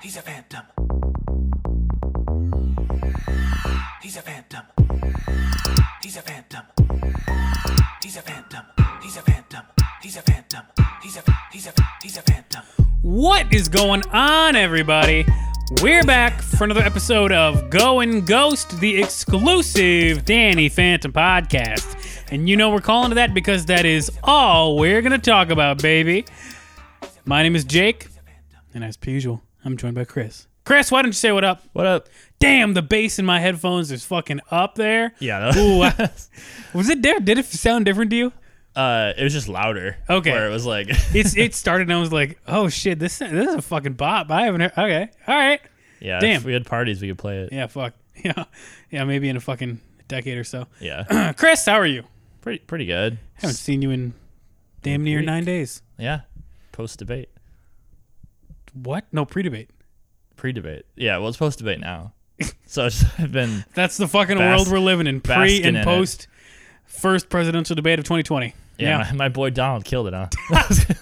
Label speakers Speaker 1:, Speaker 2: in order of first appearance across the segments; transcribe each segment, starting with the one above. Speaker 1: He's a phantom. He's a phantom. He's a phantom. He's a phantom. He's a phantom. He's a phantom. He's a he's a he's a phantom.
Speaker 2: What is going on, everybody? We're back for another episode of Going Ghost, the exclusive Danny Phantom podcast. And you know we're calling it that because that is all we're going to talk about, baby. My name is Jake, and as per usual, I'm joined by Chris. Chris, why don't you say what up?
Speaker 3: What up?
Speaker 2: Damn, the bass in my headphones is fucking up there.
Speaker 3: Yeah. that-
Speaker 2: Ooh, I- was it there? Did it sound different to you?
Speaker 3: uh, it was just louder.
Speaker 2: Okay.
Speaker 3: Where it was like,
Speaker 2: It's it started and I was like, oh shit, this this is a fucking bop. I haven't heard. Okay, all right.
Speaker 3: yeah.
Speaker 2: Damn.
Speaker 3: If we had parties, we could play it.
Speaker 2: Yeah, fuck. Yeah, yeah, maybe in a fucking decade or so.
Speaker 3: Yeah.
Speaker 2: Uh, Chris, how are you?
Speaker 3: pretty pretty good.
Speaker 2: Haven't seen you in damn near nine days.
Speaker 3: Yeah. Post debate,
Speaker 2: What? No pre-debate.
Speaker 3: pre debate. Yeah. Well, it's post debate now. so it's I've been
Speaker 2: That's the fucking
Speaker 3: Bas-
Speaker 2: world we're living in. Pre
Speaker 3: basking in
Speaker 2: and
Speaker 3: it.
Speaker 2: post first presidential debate of 2020.
Speaker 3: yeah,
Speaker 2: Yeah.
Speaker 3: My, my boy Donald killed it, huh? Can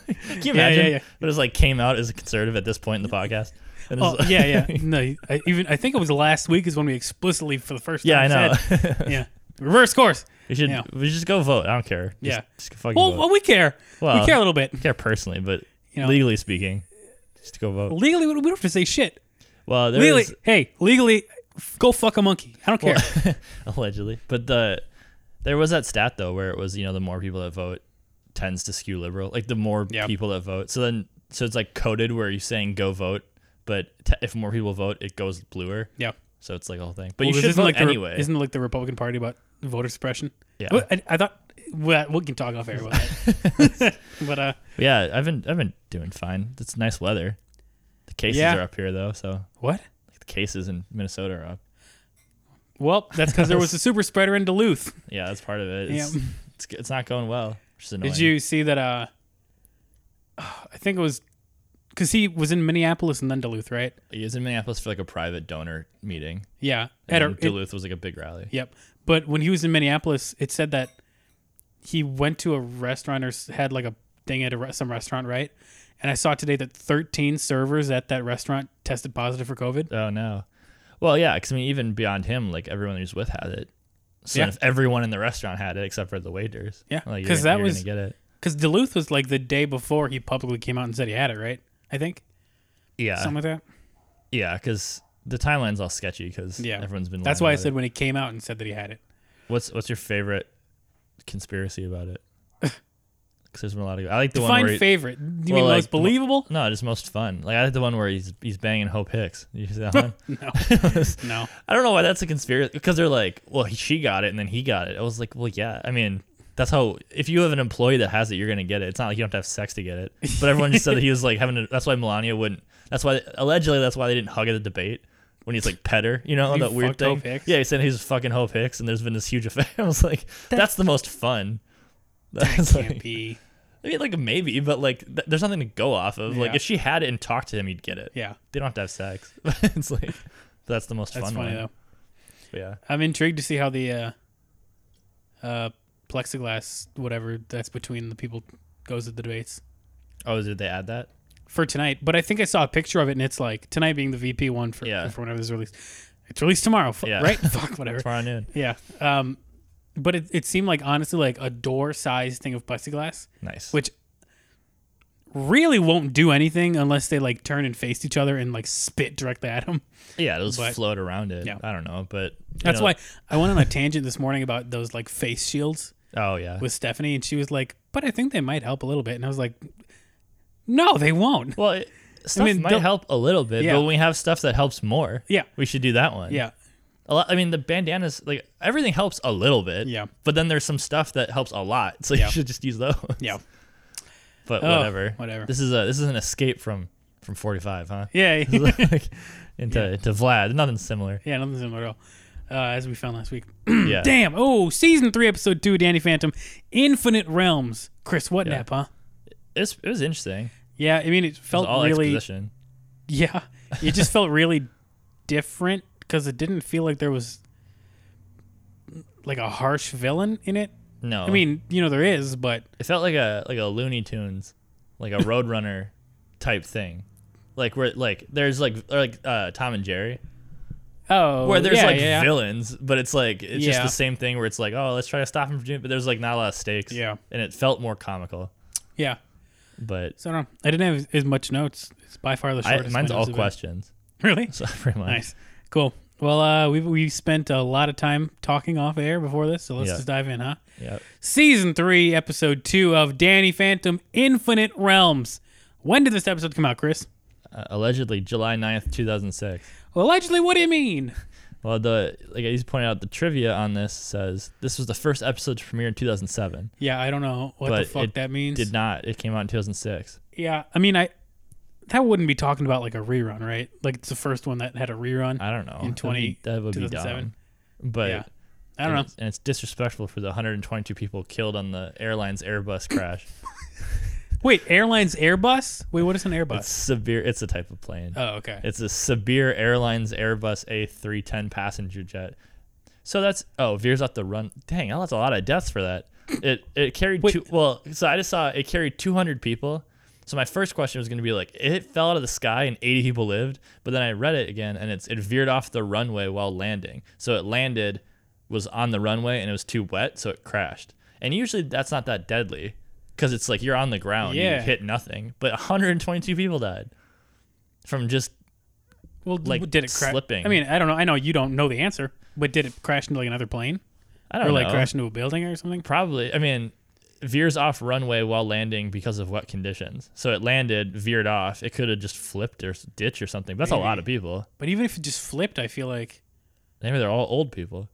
Speaker 3: you imagine?
Speaker 2: Yeah, yeah, yeah.
Speaker 3: But it's like came out as a conservative at this point in the podcast. And it's
Speaker 2: Oh,
Speaker 3: like-
Speaker 2: yeah, yeah. No, I, even I think it was last week is when we explicitly for the first time.
Speaker 3: yeah, I know.
Speaker 2: said- yeah. Reverse course.
Speaker 3: we should
Speaker 2: Yeah.
Speaker 3: we just go vote. I don't care. Just,
Speaker 2: Yeah.
Speaker 3: Just fucking
Speaker 2: Well,
Speaker 3: vote.
Speaker 2: well, we care. we
Speaker 3: Well,
Speaker 2: care a little bit.
Speaker 3: I don't care personally, but
Speaker 2: You know.
Speaker 3: legally speaking, just go vote.
Speaker 2: Legally, we don't have to say shit.
Speaker 3: Well, there
Speaker 2: Legally,
Speaker 3: is-
Speaker 2: hey, legally, f- go fuck a monkey. I don't care.
Speaker 3: allegedly. But the there was that stat though where it was you know the more people that vote tends to skew liberal, like the more
Speaker 2: Yeah.
Speaker 3: people that vote. So then so it's like coded where you're saying go vote, but t- if more people vote, it goes bluer.
Speaker 2: yeah.
Speaker 3: So it's like a whole thing. But
Speaker 2: Well,
Speaker 3: you
Speaker 2: this
Speaker 3: should
Speaker 2: isn't
Speaker 3: vote
Speaker 2: like the, Re-
Speaker 3: anyway.
Speaker 2: Isn't it like the Republican Party about voter suppression?
Speaker 3: Yeah.
Speaker 2: Well, I, I thought well, we can talk off air about that. but uh,
Speaker 3: yeah, I've been I've been doing fine. It's nice weather. The cases
Speaker 2: Yeah.
Speaker 3: are up here though, so
Speaker 2: what?
Speaker 3: like, the cases in Minnesota are up.
Speaker 2: Well, that's because there was a super spreader in Duluth.
Speaker 3: Yeah, that's part of it.
Speaker 2: Yeah.
Speaker 3: It's, it's, it's not going well. Which is annoying.
Speaker 2: Did you see that? Uh, I think it was because he was in Minneapolis and then Duluth, right?
Speaker 3: He was in Minneapolis for like a private donor meeting.
Speaker 2: Yeah. At a,
Speaker 3: And
Speaker 2: it-
Speaker 3: Duluth was like a big rally.
Speaker 2: Yep. But when he was in Minneapolis, it said that he went to a restaurant or s- had like a thing at a, re- some restaurant, right? And I saw today that 13 servers at that restaurant tested positive for COVID.
Speaker 3: Oh no. Well, yeah, because I mean, even beyond him, like everyone he's with had it. So
Speaker 2: Yeah.
Speaker 3: if everyone in the restaurant had it, except for the waiters,
Speaker 2: Yeah,
Speaker 3: like, you're
Speaker 2: 'cause
Speaker 3: gonna-
Speaker 2: that
Speaker 3: you're
Speaker 2: was-
Speaker 3: gonna get it.
Speaker 2: Because Duluth was like the day before he publicly came out and said he had it, right? I think
Speaker 3: Yeah,
Speaker 2: something like that.
Speaker 3: yeah, because the timeline's all sketchy because
Speaker 2: Yeah,
Speaker 3: everyone's been.
Speaker 2: That's
Speaker 3: lying
Speaker 2: why I
Speaker 3: about
Speaker 2: said
Speaker 3: it.
Speaker 2: when he came out and said that he had it.
Speaker 3: What's what's your favorite conspiracy about it? Because there's been a lot of. I like the one
Speaker 2: Find
Speaker 3: where. he-
Speaker 2: favorite. Do you
Speaker 3: well,
Speaker 2: mean
Speaker 3: like,
Speaker 2: most believable?
Speaker 3: no, just most fun. Like I like the one where he's he's banging Hope Hicks. You see that one?
Speaker 2: No, no.
Speaker 3: I don't know why that's a conspiracy because they're like, well, he, she got it and then he got it. I was like, well, yeah. I mean, that's how if you have an employee that has it, you're gonna get it. It's not like you don't have to have sex to get it. But everyone just said that he was like having. A, that's why Melania wouldn't. That's why allegedly that's why they didn't hug at the debate when he's like pet her. You know
Speaker 2: You
Speaker 3: that weird
Speaker 2: fucked Hope
Speaker 3: thing.
Speaker 2: Hicks?
Speaker 3: Yeah, he said he's fucking Hope Hicks, and there's been this huge affair. I was like, that's the most fun. That's
Speaker 2: Can't
Speaker 3: like-
Speaker 2: be.
Speaker 3: I mean, like maybe, but like th- there's nothing to go off of. Like
Speaker 2: Yeah.
Speaker 3: if she had it and talked to him, he'd get it.
Speaker 2: Yeah,
Speaker 3: They don't have to have sex. it's like that's the most
Speaker 2: that's
Speaker 3: fun
Speaker 2: funny
Speaker 3: one.
Speaker 2: though.
Speaker 3: But yeah.
Speaker 2: I'm intrigued to see how the uh, uh, plexiglass, whatever that's between the people, goes at the debates
Speaker 3: Oh, did they add that?
Speaker 2: for tonight. But I think I saw a picture of it, and it's like tonight being the VP one for,
Speaker 3: Yeah.
Speaker 2: for whenever this is released. It's released tomorrow, fu-
Speaker 3: Yeah.
Speaker 2: right? Fuck, whatever.
Speaker 3: Tomorrow noon.
Speaker 2: Yeah. Um, but it, it seemed like honestly like a door sized thing of plexiglass,
Speaker 3: Nice.
Speaker 2: which really won't do anything unless they like turn and face each other and like spit directly at them.
Speaker 3: yeah, it'll just
Speaker 2: but-
Speaker 3: float around it.
Speaker 2: Yeah.
Speaker 3: I don't know, but you
Speaker 2: That's
Speaker 3: know-
Speaker 2: why I went on a tangent this morning about those like face shields.
Speaker 3: Oh yeah.
Speaker 2: with Stephanie, and she was like, "But I think they might help a little bit." And I was like, "No, they won't."
Speaker 3: well, it, stuff
Speaker 2: mean,
Speaker 3: might
Speaker 2: don't-
Speaker 3: help a little bit,
Speaker 2: Yeah.
Speaker 3: but when we have stuff that helps more,
Speaker 2: Yeah.
Speaker 3: we should do that one.
Speaker 2: Yeah,
Speaker 3: A lot, I mean, the bandanas, like everything helps a little bit.
Speaker 2: Yeah.
Speaker 3: But then there's some stuff that helps a lot, so
Speaker 2: Yeah.
Speaker 3: you should just use those.
Speaker 2: yeah,
Speaker 3: But
Speaker 2: Oh,
Speaker 3: whatever.
Speaker 2: whatever.
Speaker 3: This is a this is an escape from from 45, huh?
Speaker 2: yeah, yeah.
Speaker 3: Like, into to Vlad, nothing similar.
Speaker 2: Nothing similar at all, uh, as we found last week.
Speaker 3: yeah.
Speaker 2: Damn. Oh, season three, episode two, Danny Phantom, Infinite Realms. Chris Whatnap,
Speaker 3: Yeah.
Speaker 2: huh?
Speaker 3: It's, it was interesting. It
Speaker 2: Yeah, I mean, it
Speaker 3: was
Speaker 2: felt
Speaker 3: all
Speaker 2: really.
Speaker 3: exposition.
Speaker 2: Yeah, it just felt really different because it didn't feel like there was like a harsh villain in it.
Speaker 3: No.
Speaker 2: I mean, you know, there is, but
Speaker 3: It felt like a like a Looney Tunes, like a Roadrunner type thing. Like where like there's like or like uh, Tom and Jerry
Speaker 2: Oh,
Speaker 3: where there's
Speaker 2: yeah,
Speaker 3: like
Speaker 2: yeah.
Speaker 3: villains, but it's like it's just
Speaker 2: Yeah.
Speaker 3: the same thing where it's like oh let's try to stop him from doing, but there's like not a lot of stakes.
Speaker 2: Yeah.
Speaker 3: and it felt more comical,
Speaker 2: yeah.
Speaker 3: but
Speaker 2: So I don't. I didn't have as much notes. It's by far the
Speaker 3: I,
Speaker 2: shortest.
Speaker 3: mine's
Speaker 2: Windows
Speaker 3: all
Speaker 2: event.
Speaker 3: questions.
Speaker 2: Really
Speaker 3: So pretty much.
Speaker 2: nice, cool. Well, uh, we we spent a lot of time talking off air before this, so let's
Speaker 3: Yeah.
Speaker 2: just dive in, huh?
Speaker 3: Yep.
Speaker 2: Season three, episode two of Danny Phantom: Infinite Realms. When did this episode come out, Chris?
Speaker 3: Uh, allegedly July 9th, 2006.
Speaker 2: Allegedly, what do you mean?
Speaker 3: Well, the like I just pointed out the trivia on this says this was the first episode to premiere in 2007.
Speaker 2: Yeah, I don't know what the
Speaker 3: but
Speaker 2: fuck
Speaker 3: it
Speaker 2: that means.
Speaker 3: Did not. It came out in 2006.
Speaker 2: Yeah, I mean, I that wouldn't be talking about like a rerun, right? Like it's the first one that had a rerun.
Speaker 3: I don't know.
Speaker 2: In
Speaker 3: That'd be-
Speaker 2: 20
Speaker 3: that would be
Speaker 2: 2007.
Speaker 3: dumb. But
Speaker 2: Yeah. I don't
Speaker 3: and
Speaker 2: know.
Speaker 3: it's- and it's disrespectful for the 122 people killed on the airline's Airbus crash.
Speaker 2: Wait, airlines Airbus? Wait, what is an Airbus?
Speaker 3: it's severe. It's a type of plane.
Speaker 2: oh, okay.
Speaker 3: It's a Sabir Airlines Airbus A310 passenger jet. So that's oh veers off the run. Dang, that's a lot of deaths for that. It it carried
Speaker 2: Wait.
Speaker 3: two. Well, so I just saw it carried 200 people. So my first question was going to be like, it fell out of the sky and 80 people lived. But then I read it again, and it's it veered off the runway while landing. So it landed, was on the runway, and it was too wet, so it crashed. And usually that's not that deadly, because it's like you're on the ground,
Speaker 2: Yeah.
Speaker 3: you hit nothing. But 122 people died from just
Speaker 2: well, d-
Speaker 3: like,
Speaker 2: did it crash?
Speaker 3: slipping.
Speaker 2: I mean, I don't know. I know you don't know the answer, but did it crash into like another plane
Speaker 3: I
Speaker 2: or
Speaker 3: don't
Speaker 2: like
Speaker 3: know.
Speaker 2: crash into a building or something?
Speaker 3: Probably. I mean, veers off runway while landing because of wet conditions. So it landed, veered off. It could have just flipped or s- ditch or something. But that's a lot of people.
Speaker 2: But even if it just flipped, I feel like
Speaker 3: Maybe they're all old people.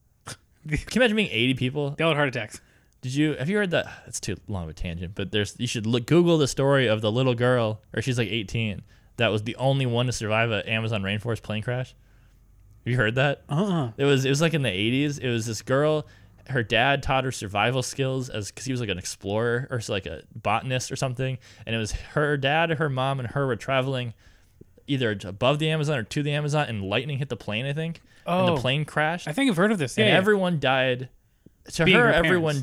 Speaker 3: Can you imagine being 80 people?
Speaker 2: they all had heart attacks.
Speaker 3: Did you have you heard that? It's too long of a tangent, but there's you should look Google the story of the little girl, or she's like 18, that was the only one to survive a Amazon rainforest plane crash. Have you heard that?
Speaker 2: Uh-uh.
Speaker 3: It was it was like in the 80s. It was this girl. Her dad taught her survival skills as because he was like an explorer or so like a botanist or something. And it was her dad, her mom, and her were traveling either above the Amazon or to the Amazon, and lightning hit the plane. I think. And
Speaker 2: Oh.
Speaker 3: the plane crashed.
Speaker 2: I think I've heard of this. Yeah.
Speaker 3: and
Speaker 2: yeah.
Speaker 3: everyone died. To
Speaker 2: Being
Speaker 3: her,
Speaker 2: her
Speaker 3: everyone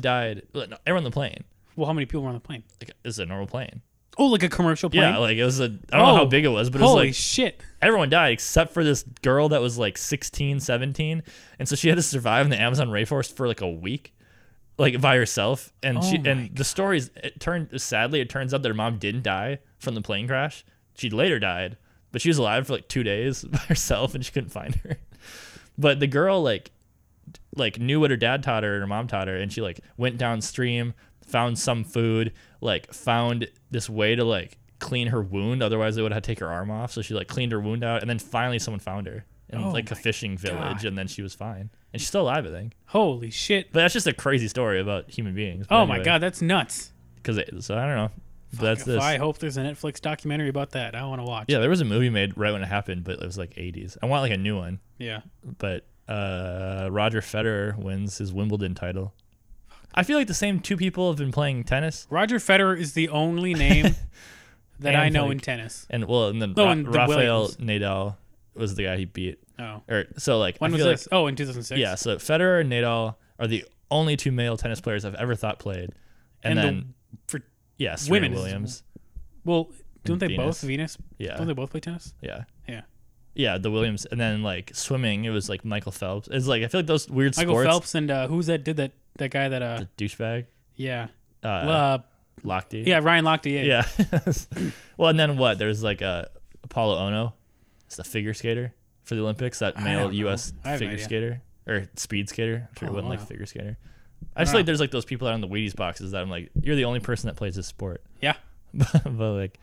Speaker 2: parents.
Speaker 3: died. well, no, Everyone on the plane.
Speaker 2: well, how many people were on the plane?
Speaker 3: Like, it was a normal plane.
Speaker 2: Oh, like a commercial plane.
Speaker 3: Yeah, like it was a. I don't know how
Speaker 2: Oh.
Speaker 3: big it was, but it was
Speaker 2: Holy
Speaker 3: like
Speaker 2: shit!
Speaker 3: everyone died except for this girl that was like 16 17 and so she had to survive in the amazon rainforest for like a week like by herself and she
Speaker 2: my
Speaker 3: and the stories it turned sadly it turns out that her mom didn't die from the plane crash she later died but she was alive for like two days by herself and she couldn't find her but the girl like like knew what her dad taught her and her mom taught her and she like went downstream found some food like found this way to like clean her wound otherwise they would have to take her arm off so she like cleaned her wound out and then finally someone found her in
Speaker 2: Oh
Speaker 3: like a
Speaker 2: my
Speaker 3: fishing village
Speaker 2: God.
Speaker 3: and then she was fine and she's still alive i think
Speaker 2: Holy shit!
Speaker 3: but that's just a crazy story about human beings
Speaker 2: Oh my god, that's nuts.
Speaker 3: because so i don't know but that's
Speaker 2: if
Speaker 3: this
Speaker 2: I hope there's a Netflix documentary about that. I want to watch.
Speaker 3: yeah there was a movie made right when it happened but it was like 80s i want like a new one
Speaker 2: Yeah.
Speaker 3: but uh, Roger Federer wins his Wimbledon title. I feel like the same two people have been playing tennis,
Speaker 2: Roger Federer is the only name that I
Speaker 3: And,
Speaker 2: know
Speaker 3: like-
Speaker 2: in tennis.
Speaker 3: and well, and then
Speaker 2: No,
Speaker 3: Ra-
Speaker 2: and the
Speaker 3: Rafael
Speaker 2: Williams.
Speaker 3: Nadal was the guy he beat.
Speaker 2: Oh.
Speaker 3: Or so like
Speaker 2: When
Speaker 3: I
Speaker 2: was
Speaker 3: feel
Speaker 2: this?
Speaker 3: Like,
Speaker 2: oh, in 2006.
Speaker 3: yeah, so Federer and Nadal are the only two male tennis players I've ever thought played,
Speaker 2: And
Speaker 3: and,
Speaker 2: the-
Speaker 3: then
Speaker 2: For
Speaker 3: yeah, Serena
Speaker 2: women is-
Speaker 3: Williams,
Speaker 2: well, don't they
Speaker 3: Venus.
Speaker 2: both Venus?
Speaker 3: Yeah.
Speaker 2: Don't they both play tennis?
Speaker 3: yeah.
Speaker 2: Yeah.
Speaker 3: Yeah, the Williams, and then like swimming, it was like Michael Phelps. It's like I feel like those weird
Speaker 2: Michael
Speaker 3: sports.
Speaker 2: Phelps and uh, who's that? Did that that guy that? Uh,
Speaker 3: douchebag,
Speaker 2: yeah.
Speaker 3: uh,
Speaker 2: Well, uh,
Speaker 3: Lochte.
Speaker 2: yeah, Ryan Lochte. Yeah.
Speaker 3: Yeah. well, and then what? There's like uh, Apollo Ono. It's the figure skater for the Olympics. That male
Speaker 2: don't know.
Speaker 3: U.S.
Speaker 2: I have no
Speaker 3: figure
Speaker 2: idea.
Speaker 3: skater or speed skater. I'm sure it
Speaker 2: Apollo
Speaker 3: wasn't like
Speaker 2: Ono.
Speaker 3: figure skater. I just
Speaker 2: don't
Speaker 3: like
Speaker 2: know.
Speaker 3: there's like those people out on the Wheaties boxes that I'm like, you're the only person that plays this sport.
Speaker 2: Yeah.
Speaker 3: but like,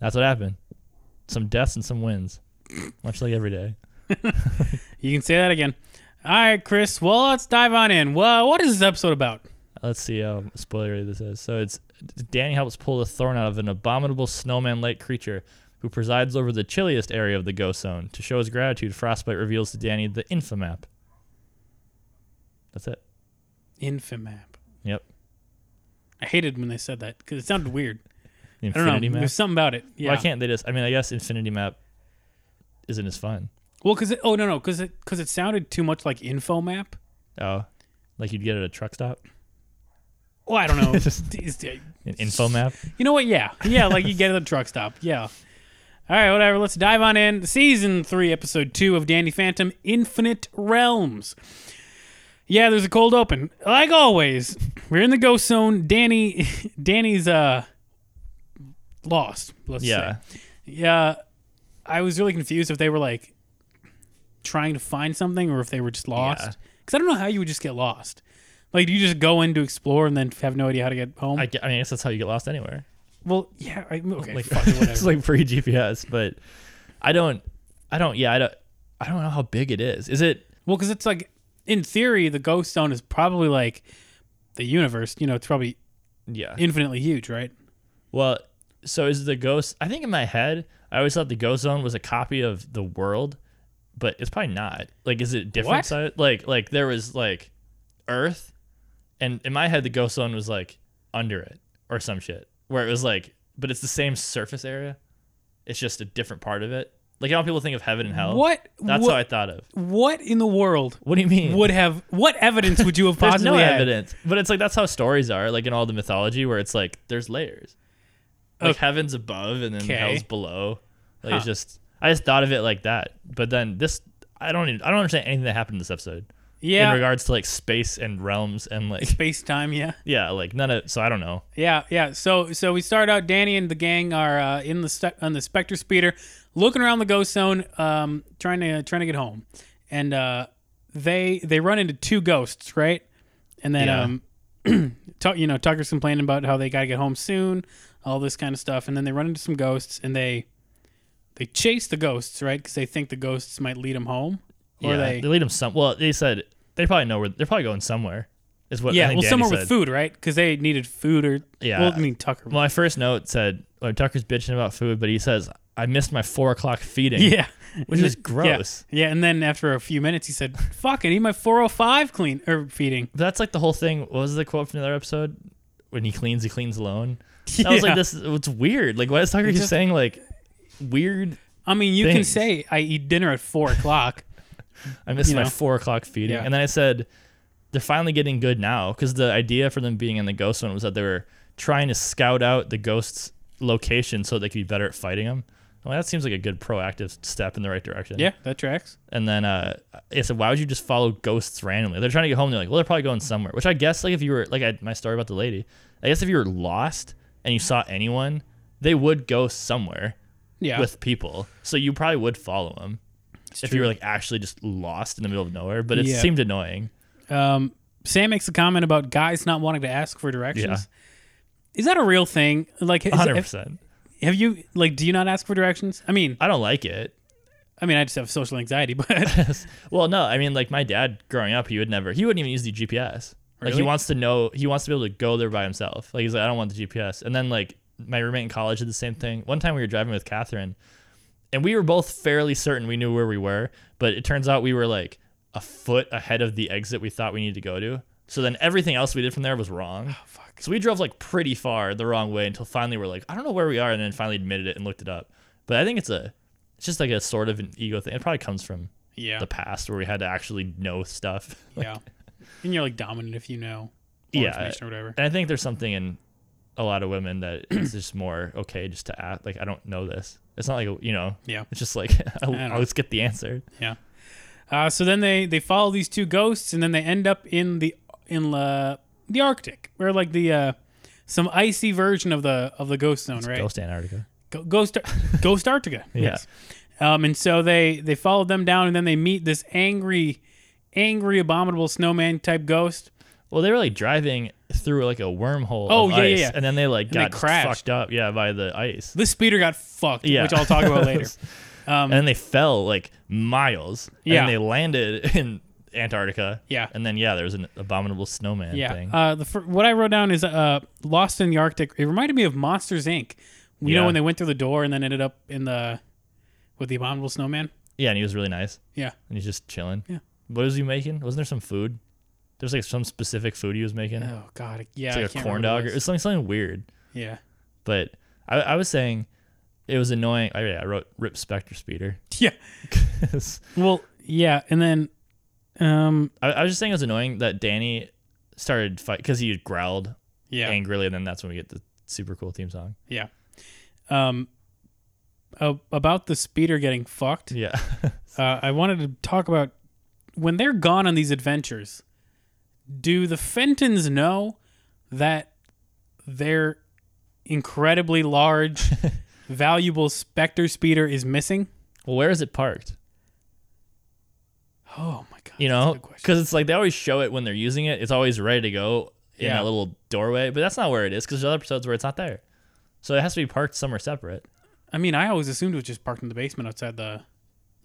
Speaker 3: that's what happened. Some deaths and some wins, much like every day.
Speaker 2: You can say that again. All right, Chris. Well, let's dive on in. Well, uh, what is this episode about?
Speaker 3: Let's see how spoilery this is. So it's Danny helps pull the thorn out of an abominable snowman-like creature who presides over the chilliest area of the ghost zone. To show his gratitude, Frostbite reveals to Danny the infamap. That's it.
Speaker 2: Infamap.
Speaker 3: Yep.
Speaker 2: I hated when they said that because it sounded weird.
Speaker 3: The
Speaker 2: I don't
Speaker 3: Infinity
Speaker 2: know.
Speaker 3: map.
Speaker 2: There's something about it. Yeah.
Speaker 3: Why can't they just? I mean, I guess infinity map isn't as fun.
Speaker 2: Well, because it, oh no no because it because it sounded too much like info map.
Speaker 3: Oh, like you'd get at a truck stop.
Speaker 2: Well, I don't know. It's- it's-
Speaker 3: An info map.
Speaker 2: you know what? Yeah, yeah. Like you get at the truck stop. Yeah. All right, whatever. Let's dive on in. Season three, episode two of Danny Phantom: Infinite Realms. Yeah, there's a cold open. Like always, we're in the ghost zone. Danny, Danny's uh, lost. Let's
Speaker 3: Yeah.
Speaker 2: say. Yeah, I was really confused if they were like trying to find something or if they were just lost.
Speaker 3: Yeah.
Speaker 2: Because I don't know how you would just get lost. Like, do you just go in to explore and then have no idea how to get home?
Speaker 3: I, gue- I mean, I guess that's how you get lost anywhere.
Speaker 2: well, yeah. I, okay,
Speaker 3: like
Speaker 2: fuck it, whatever.
Speaker 3: it's like free GPS, but I don't, I don't, yeah, I don't, I don't know how big it is. Is it?
Speaker 2: Well, because it's like, in theory, the ghost zone is probably like the universe. You know, it's probably
Speaker 3: Yeah.
Speaker 2: infinitely huge, right?
Speaker 3: well, so is the ghost? I think in my head, I always thought the ghost zone was a copy of the world, but it's probably not. Like, is it different?
Speaker 2: What?
Speaker 3: Side? Like, like there was like Earth, and in my head, the ghost zone was like under it or some shit, where it was like, but it's the same surface area. It's just a different part of it. Like how people think of heaven and hell.
Speaker 2: What-
Speaker 3: That's
Speaker 2: what-
Speaker 3: how I thought of.
Speaker 2: What in the world
Speaker 3: What do you mean?
Speaker 2: would have? What evidence would you have
Speaker 3: There's
Speaker 2: possibly
Speaker 3: no
Speaker 2: had?
Speaker 3: evidence. But it's like that's how stories are, like in all the mythology, where it's like there's layers. Like
Speaker 2: Okay.
Speaker 3: heaven's above and then
Speaker 2: Okay.
Speaker 3: hell's below. Like it's just I just thought of it like that. But then this I don't even, I don't understand anything that happened in this episode.
Speaker 2: Yeah,
Speaker 3: In regards to like space and realms and like
Speaker 2: space time. Yeah,
Speaker 3: yeah, like none of so I don't know.
Speaker 2: yeah, yeah. So, so we start out. Danny and the gang are uh, in the st- on the Spectre speeder, looking around the ghost zone, um, trying to trying to get home, and uh, they they run into two ghosts, right? And then
Speaker 3: Yeah.
Speaker 2: um, Tu- you know, Tucker's complaining about how they got to get home soon, all this kind of stuff, and then they run into some ghosts and they they chase the ghosts, right? Because they think the ghosts might lead them home, or
Speaker 3: yeah,
Speaker 2: they,
Speaker 3: lead them some well, they said they probably know where they're probably going somewhere. Is what I
Speaker 2: yeah,
Speaker 3: think
Speaker 2: well,
Speaker 3: Danny
Speaker 2: somewhere
Speaker 3: said.
Speaker 2: with food, right? Because they needed food or
Speaker 3: Yeah.
Speaker 2: Well, I mean Tucker.
Speaker 3: My first note said oh, Tucker's bitching about food, but he says, I missed my four o'clock feeding.
Speaker 2: yeah,
Speaker 3: Which
Speaker 2: And
Speaker 3: is
Speaker 2: then-
Speaker 3: gross.
Speaker 2: Yeah. yeah, and then after a few minutes, he said, "Fucking eat my 405 clean or feeding."
Speaker 3: that's like the whole thing. What was the quote from the other episode? When he cleans, he cleans alone. I was
Speaker 2: Yeah.
Speaker 3: like, this is it's weird. Like, why is Tucker
Speaker 2: just-
Speaker 3: just saying like weird?
Speaker 2: I mean, you can
Speaker 3: Things.
Speaker 2: say I eat dinner at four o'clock.
Speaker 3: I missed
Speaker 2: You
Speaker 3: my
Speaker 2: know.
Speaker 3: four o'clock feeding,
Speaker 2: Yeah.
Speaker 3: and then I said they're finally getting good now because the idea for them being in the ghost one was that they were trying to scout out the ghost's location so they could be better at fighting them. Well, that seems like a good proactive step in the right direction.
Speaker 2: Yeah, that tracks.
Speaker 3: And then uh, I said, why would you just follow ghosts randomly? They're trying to get home. They're like, well, they're probably going somewhere. Which I guess, like, if you were like I, my story about the lady, I guess if you were lost and you saw anyone, they would go somewhere
Speaker 2: Yeah,
Speaker 3: with people. So you probably would follow them if you were like actually just lost in the middle of nowhere. But it
Speaker 2: Yeah.
Speaker 3: seemed annoying.
Speaker 2: Um, Sam makes a comment about guys not wanting to ask for directions. Is that a real thing? Like, is,
Speaker 3: Hundred
Speaker 2: have,
Speaker 3: percent.
Speaker 2: have you like? Do you not ask for directions? I mean,
Speaker 3: I don't like it.
Speaker 2: I mean, I just have social anxiety, but
Speaker 3: Well, no, I mean, like my dad growing up, he would never, he wouldn't even use the GPS. Like he
Speaker 2: Really?
Speaker 3: wants to know, he wants to be able to go there by himself. Like he's like, I don't want the GPS. And then like my roommate in college did the same thing. One time we were driving with Catherine, and we were both fairly certain we knew where we were, but it turns out we were like a foot ahead of the exit we thought we needed to go to. So then everything else we did from there was wrong.
Speaker 2: Oh, fuck.
Speaker 3: So we drove like pretty far the wrong way until finally we're like, I don't know where we are, and then finally admitted it and looked it up. But I think it's a, it's just like a sort of an ego thing. It probably comes from
Speaker 2: yeah,
Speaker 3: the past where we had to actually know stuff.
Speaker 2: yeah. And you're like dominant if you know more
Speaker 3: Yeah.
Speaker 2: information or whatever.
Speaker 3: And I think there's something in a lot of women that it's just more okay just to act like I don't know this. It's not like you know.
Speaker 2: Yeah.
Speaker 3: It's just like I'll,
Speaker 2: know.
Speaker 3: I'll just get the answer.
Speaker 2: Yeah. Uh, so then they they follow these two ghosts, and then they end up in the in the the Arctic, or like the uh, some icy version of the of the ghost zone, right?
Speaker 3: Ghost Antarctica.
Speaker 2: Go- Ghost Ghost Arctica.
Speaker 3: Yeah.
Speaker 2: Yes. Um, and so they they follow them down, and then they meet this angry, angry abominable snowman type ghost.
Speaker 3: Well, they were like driving through like a wormhole.
Speaker 2: Oh,
Speaker 3: of
Speaker 2: yeah, yeah,
Speaker 3: ice,
Speaker 2: yeah.
Speaker 3: And then they like
Speaker 2: they
Speaker 3: got
Speaker 2: crashed.
Speaker 3: fucked up. Yeah, by the ice.
Speaker 2: This speeder got fucked,
Speaker 3: Yeah.
Speaker 2: which I'll talk about later.
Speaker 3: and then they fell like miles.
Speaker 2: Um, Yeah.
Speaker 3: And then they landed in Antarctica.
Speaker 2: Yeah.
Speaker 3: And then yeah, there was an abominable snowman
Speaker 2: Yeah.
Speaker 3: thing.
Speaker 2: Uh, the fir- what I wrote down is uh, Lost in the Arctic. It reminded me of Monsters Inc. You know
Speaker 3: Yeah.
Speaker 2: when they went through the door and then ended up in the with the abominable snowman.
Speaker 3: yeah, and he was really nice.
Speaker 2: Yeah.
Speaker 3: And he's just chilling.
Speaker 2: Yeah.
Speaker 3: What was he making? Wasn't there some food? There's like some specific food he was making.
Speaker 2: Oh God. Yeah. I
Speaker 3: it's like a
Speaker 2: can't
Speaker 3: corn
Speaker 2: remember what
Speaker 3: dog
Speaker 2: it
Speaker 3: or
Speaker 2: was.
Speaker 3: it's something something weird.
Speaker 2: Yeah.
Speaker 3: But I, I was saying it was annoying. I, I wrote Rip Spectre Speeder.
Speaker 2: Yeah.
Speaker 3: 'Cause
Speaker 2: Well. Yeah. And then, um.
Speaker 3: I, I was just saying it was annoying that Danny started fight because he growled
Speaker 2: Yeah.
Speaker 3: angrily, and then that's when we get the super cool theme song.
Speaker 2: Yeah. Um, uh, about the speeder getting fucked.
Speaker 3: Yeah.
Speaker 2: Uh, I wanted to talk about when they're gone on these adventures. Do the Fentons know that their incredibly large, valuable Spectre speeder is missing?
Speaker 3: well, where is it parked?
Speaker 2: Oh my god!
Speaker 3: You
Speaker 2: that's a
Speaker 3: know,
Speaker 2: good question.
Speaker 3: because it's like they always show it when they're using it. It's always ready to go in
Speaker 2: Yeah.
Speaker 3: that little doorway, but that's not where it is because there's other episodes where it's not there. So it has to be parked somewhere separate.
Speaker 2: I mean, I always assumed it was just parked in the basement outside the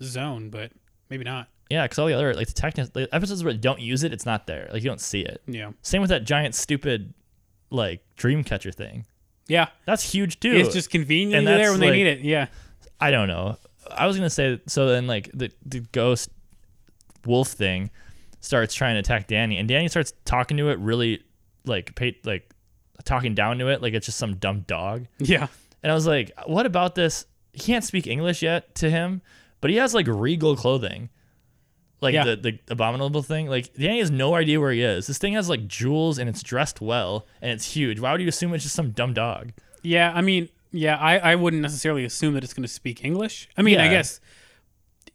Speaker 2: zone, but maybe not.
Speaker 3: Yeah, because all the other like the technical the episodes where they don't use it, it's not there. Like you don't see it.
Speaker 2: Yeah,
Speaker 3: Same with that giant stupid like dream catcher thing.
Speaker 2: yeah.
Speaker 3: That's huge too.
Speaker 2: it's just convenient
Speaker 3: and
Speaker 2: there
Speaker 3: that's
Speaker 2: when they
Speaker 3: like-
Speaker 2: need it. Yeah,
Speaker 3: I don't know. I was gonna say so. Then like the the ghost wolf thing starts trying to attack Danny, and Danny starts talking to it really like pay, like talking down to it like it's just some dumb dog.
Speaker 2: yeah.
Speaker 3: And I was like, what about this? He can't speak English yet to him, but he has like regal clothing. Like
Speaker 2: Yeah.
Speaker 3: the, the abominable thing. Like Danny has no idea where he is. This thing has like jewels and it's dressed well and it's huge. Why would you assume it's just some dumb dog?
Speaker 2: Yeah, I mean, yeah, I, I wouldn't necessarily assume that it's going to speak English. I mean, I
Speaker 3: Yeah.
Speaker 2: guess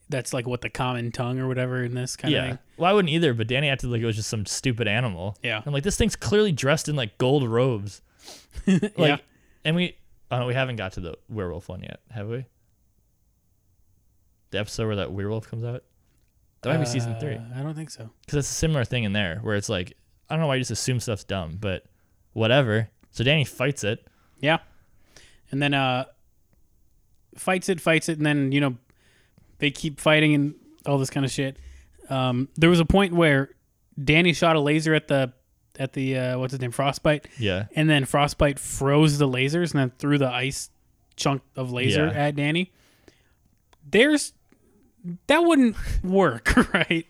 Speaker 2: that's like what the common tongue or whatever in this kind of
Speaker 3: Yeah.
Speaker 2: thing.
Speaker 3: Well, I wouldn't either, but Danny acted like it was just some stupid animal.
Speaker 2: Yeah.
Speaker 3: I'm like, this thing's clearly dressed in like gold robes. like,
Speaker 2: Yeah.
Speaker 3: And we, oh, we haven't got to the werewolf one yet, have we? The episode where that werewolf comes out? That might be season
Speaker 2: Uh,
Speaker 3: three.
Speaker 2: I don't think so.
Speaker 3: because it's a similar thing in there where it's like I don't know why you just assume stuff's dumb, but whatever. So Danny fights it.
Speaker 2: Yeah. And then uh fights it, fights it, and then, you know, they keep fighting and all this kind of shit. Um there was a point where Danny shot a laser at the at the uh what's his name, Frostbite.
Speaker 3: Yeah,
Speaker 2: And then Frostbite froze the lasers and then threw the ice chunk of laser
Speaker 3: Yeah.
Speaker 2: at Danny. There's that wouldn't work, right?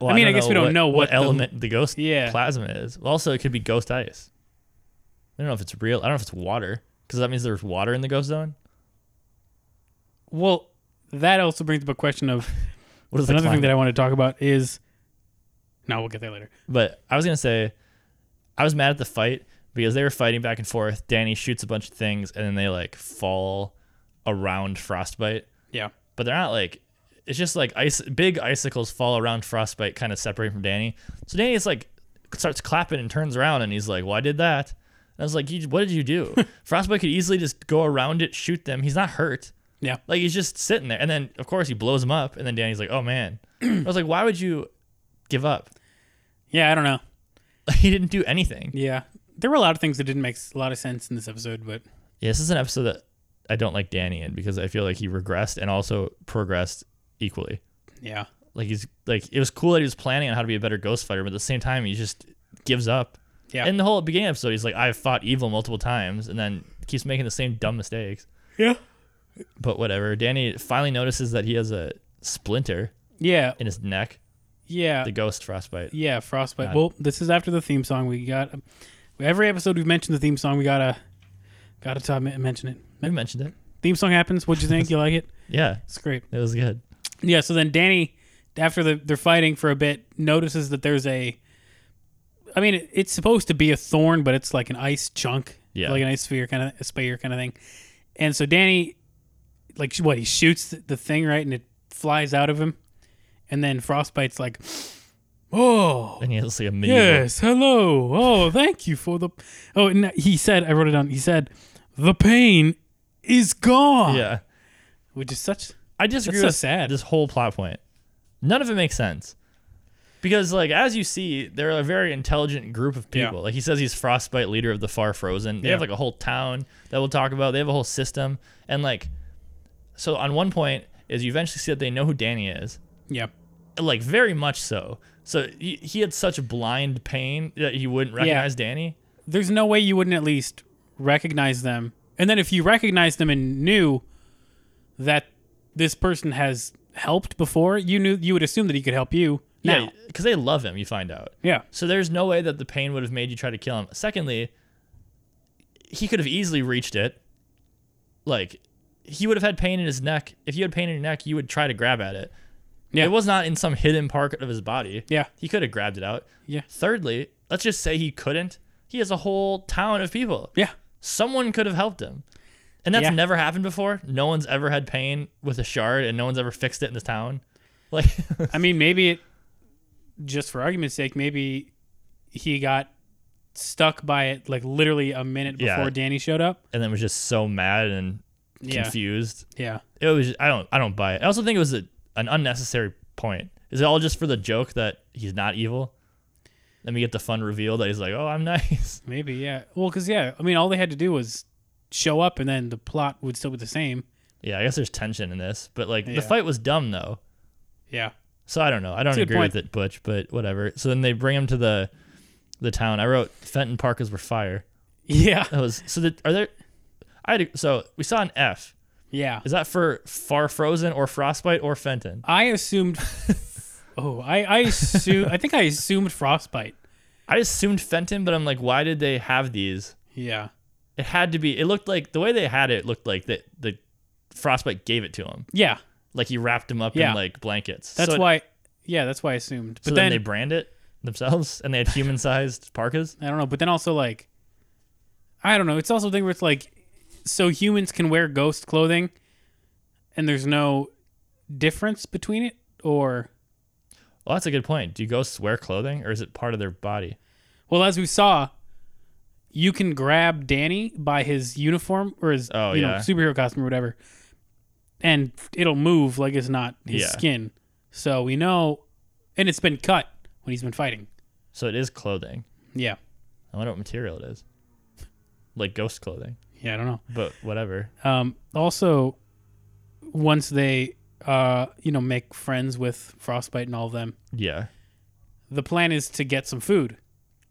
Speaker 3: well,
Speaker 2: I mean, I guess we don't know what the-
Speaker 3: element the, ghost
Speaker 2: Yeah.
Speaker 3: plasma is. Well, also, it could be ghost ice. I don't know if it's real. I don't know if it's water because that means there's water in the ghost zone.
Speaker 2: Well, that also brings up a question of
Speaker 3: What is the
Speaker 2: another thing
Speaker 3: climate?
Speaker 2: that I want to talk about is no, we'll get there later.
Speaker 3: But I was gonna say, I was mad at the fight because they were fighting back and forth. Danny shoots a bunch of things and then they like fall around Frostbite.
Speaker 2: Yeah.
Speaker 3: but they're not like it's just like ice big icicles fall around frostbite kind of separate from danny so danny is like starts clapping and turns around and he's like well i did that and i was like you, what did you do frostbite could easily just go around it shoot them he's not hurt
Speaker 2: Yeah.
Speaker 3: like he's just sitting there and then of course he blows him up and then danny's like oh man i was like why would you give up
Speaker 2: Yeah, I don't know.
Speaker 3: he didn't do anything
Speaker 2: Yeah, there were a lot of things that didn't make s- a lot of sense in this episode, but
Speaker 3: yeah, this is an episode that i don't like danny in because i feel like he regressed and also progressed equally
Speaker 2: yeah,
Speaker 3: Like he's like it was cool that he was planning on how to be a better ghost fighter, but at the same time he just gives up.
Speaker 2: yeah,
Speaker 3: In the whole beginning episode, he's like, I've fought evil multiple times and then keeps making the same dumb mistakes.
Speaker 2: yeah,
Speaker 3: But whatever. Danny finally notices that he has a splinter
Speaker 2: yeah,
Speaker 3: in his neck.
Speaker 2: yeah,
Speaker 3: The ghost frostbite.
Speaker 2: yeah. Frostbite.
Speaker 3: God.
Speaker 2: Well, this is after the theme song. We got every episode we've mentioned the theme song. We gotta gotta top, mention it.
Speaker 3: We mentioned it.
Speaker 2: Theme song happens. What'd you think? You like it?
Speaker 3: Yeah.
Speaker 2: It's great.
Speaker 3: It was good.
Speaker 2: Yeah. So then Danny, after the, they're fighting for a bit, notices that there's a. I mean, it- it's supposed to be a thorn, but it's like an ice chunk,
Speaker 3: Yeah.
Speaker 2: like an ice sphere kind of a spear kind of thing. And so Danny, like, what he shoots th- the thing right, and it flies out of him, and then Frostbite's like, "Oh,
Speaker 3: And he has like a medieval
Speaker 2: yes, hello, oh, thank you for the." Oh, and he said, I wrote it down. He said, "The pain is gone,"
Speaker 3: Yeah.
Speaker 2: which is such
Speaker 3: I disagree
Speaker 2: That's so
Speaker 3: with
Speaker 2: sad.
Speaker 3: this whole plot point. None of it makes sense. Because like as you see, they're a very intelligent group of
Speaker 2: Yeah.
Speaker 3: people. Like he says he's Frostbite leader of the Far Frozen. They have
Speaker 2: Yeah.
Speaker 3: like a whole town that we'll talk about. They have a whole system. And like so on one point is you eventually see that they know who Danny is.
Speaker 2: yeah,
Speaker 3: Like very much so. So he, he had such blind pain that he wouldn't recognize Danny.
Speaker 2: there's no way you wouldn't at least recognize them. And then if you recognize them and knew that this person has helped before, you knew you would assume that he could help you now.
Speaker 3: Yeah, because they love him, you find out.
Speaker 2: Yeah.
Speaker 3: So there's no way that the pain would have made you try to kill him. Secondly, he could have easily reached it. Like, he would have had pain in his neck. If you had pain in your neck, you would try to grab at it.
Speaker 2: Yeah.
Speaker 3: It was not in some hidden part of his body.
Speaker 2: Yeah.
Speaker 3: He could have grabbed it out.
Speaker 2: Yeah.
Speaker 3: Thirdly, let's just say he couldn't. He has a whole town of people.
Speaker 2: Yeah.
Speaker 3: Someone could have helped him. And that's
Speaker 2: Yeah.
Speaker 3: never happened before. No one's ever had pain with a shard, and no one's ever fixed it in this town. Like,
Speaker 2: I mean, maybe it, just for argument's sake, maybe he got stuck by it like literally a minute
Speaker 3: Yeah.
Speaker 2: before Danny showed up.
Speaker 3: and then was just so mad and
Speaker 2: Yeah.
Speaker 3: confused.
Speaker 2: Yeah.
Speaker 3: It was. I don't. I don't buy it. I also think it was a, an unnecessary point. Is it all just for the joke that he's not evil? Then we get the fun reveal that he's like, "Oh, I'm nice."
Speaker 2: Maybe, yeah. Well, because, yeah, I mean, all they had to do was show up and then the plot would still be the same.
Speaker 3: Yeah, I guess there's tension in this, but like
Speaker 2: Yeah.
Speaker 3: the fight was dumb though.
Speaker 2: Yeah.
Speaker 3: So I don't know. I don't
Speaker 2: It's a good
Speaker 3: agree
Speaker 2: point.
Speaker 3: with it, Butch, but whatever. So then they bring him to the the town. I wrote Fenton Park is where fire.
Speaker 2: Yeah.
Speaker 3: That was so. That are there? I had, so we saw an F.
Speaker 2: Yeah.
Speaker 3: Is that for far frozen or frostbite or Fenton?
Speaker 2: I assumed. oh, I, I assume. I think I assumed frostbite.
Speaker 3: I assumed Fenton, but I'm like, why did they have these?
Speaker 2: Yeah.
Speaker 3: It had to be. It looked like the way they had it looked like that the frostbite gave it to him.
Speaker 2: Yeah.
Speaker 3: Like he wrapped him up
Speaker 2: Yeah.
Speaker 3: in like blankets.
Speaker 2: That's
Speaker 3: So it-
Speaker 2: why. yeah, that's why I assumed. But
Speaker 3: So
Speaker 2: then,
Speaker 3: then, they brand it themselves, and they had human sized parkas.
Speaker 2: I don't know. But then also like, I don't know. It's also a thing where it's like, so humans can wear ghost clothing, and there's no difference between it, or
Speaker 3: Well, that's a good point. Do ghosts wear clothing, or is it part of their body?
Speaker 2: well, as we saw, you can grab Danny by his uniform or his
Speaker 3: Oh,
Speaker 2: you know
Speaker 3: yeah.
Speaker 2: superhero costume or whatever, and it'll move like it's not his
Speaker 3: Yeah.
Speaker 2: skin. So we know, and it's been cut when he's been fighting.
Speaker 3: So it is clothing.
Speaker 2: Yeah,
Speaker 3: I wonder what material it is. Like ghost clothing,
Speaker 2: yeah, I don't know.
Speaker 3: but whatever.
Speaker 2: Um, also, once they, uh, you know, make friends with Frostbite and all of them,
Speaker 3: Yeah,
Speaker 2: the plan is to get some food.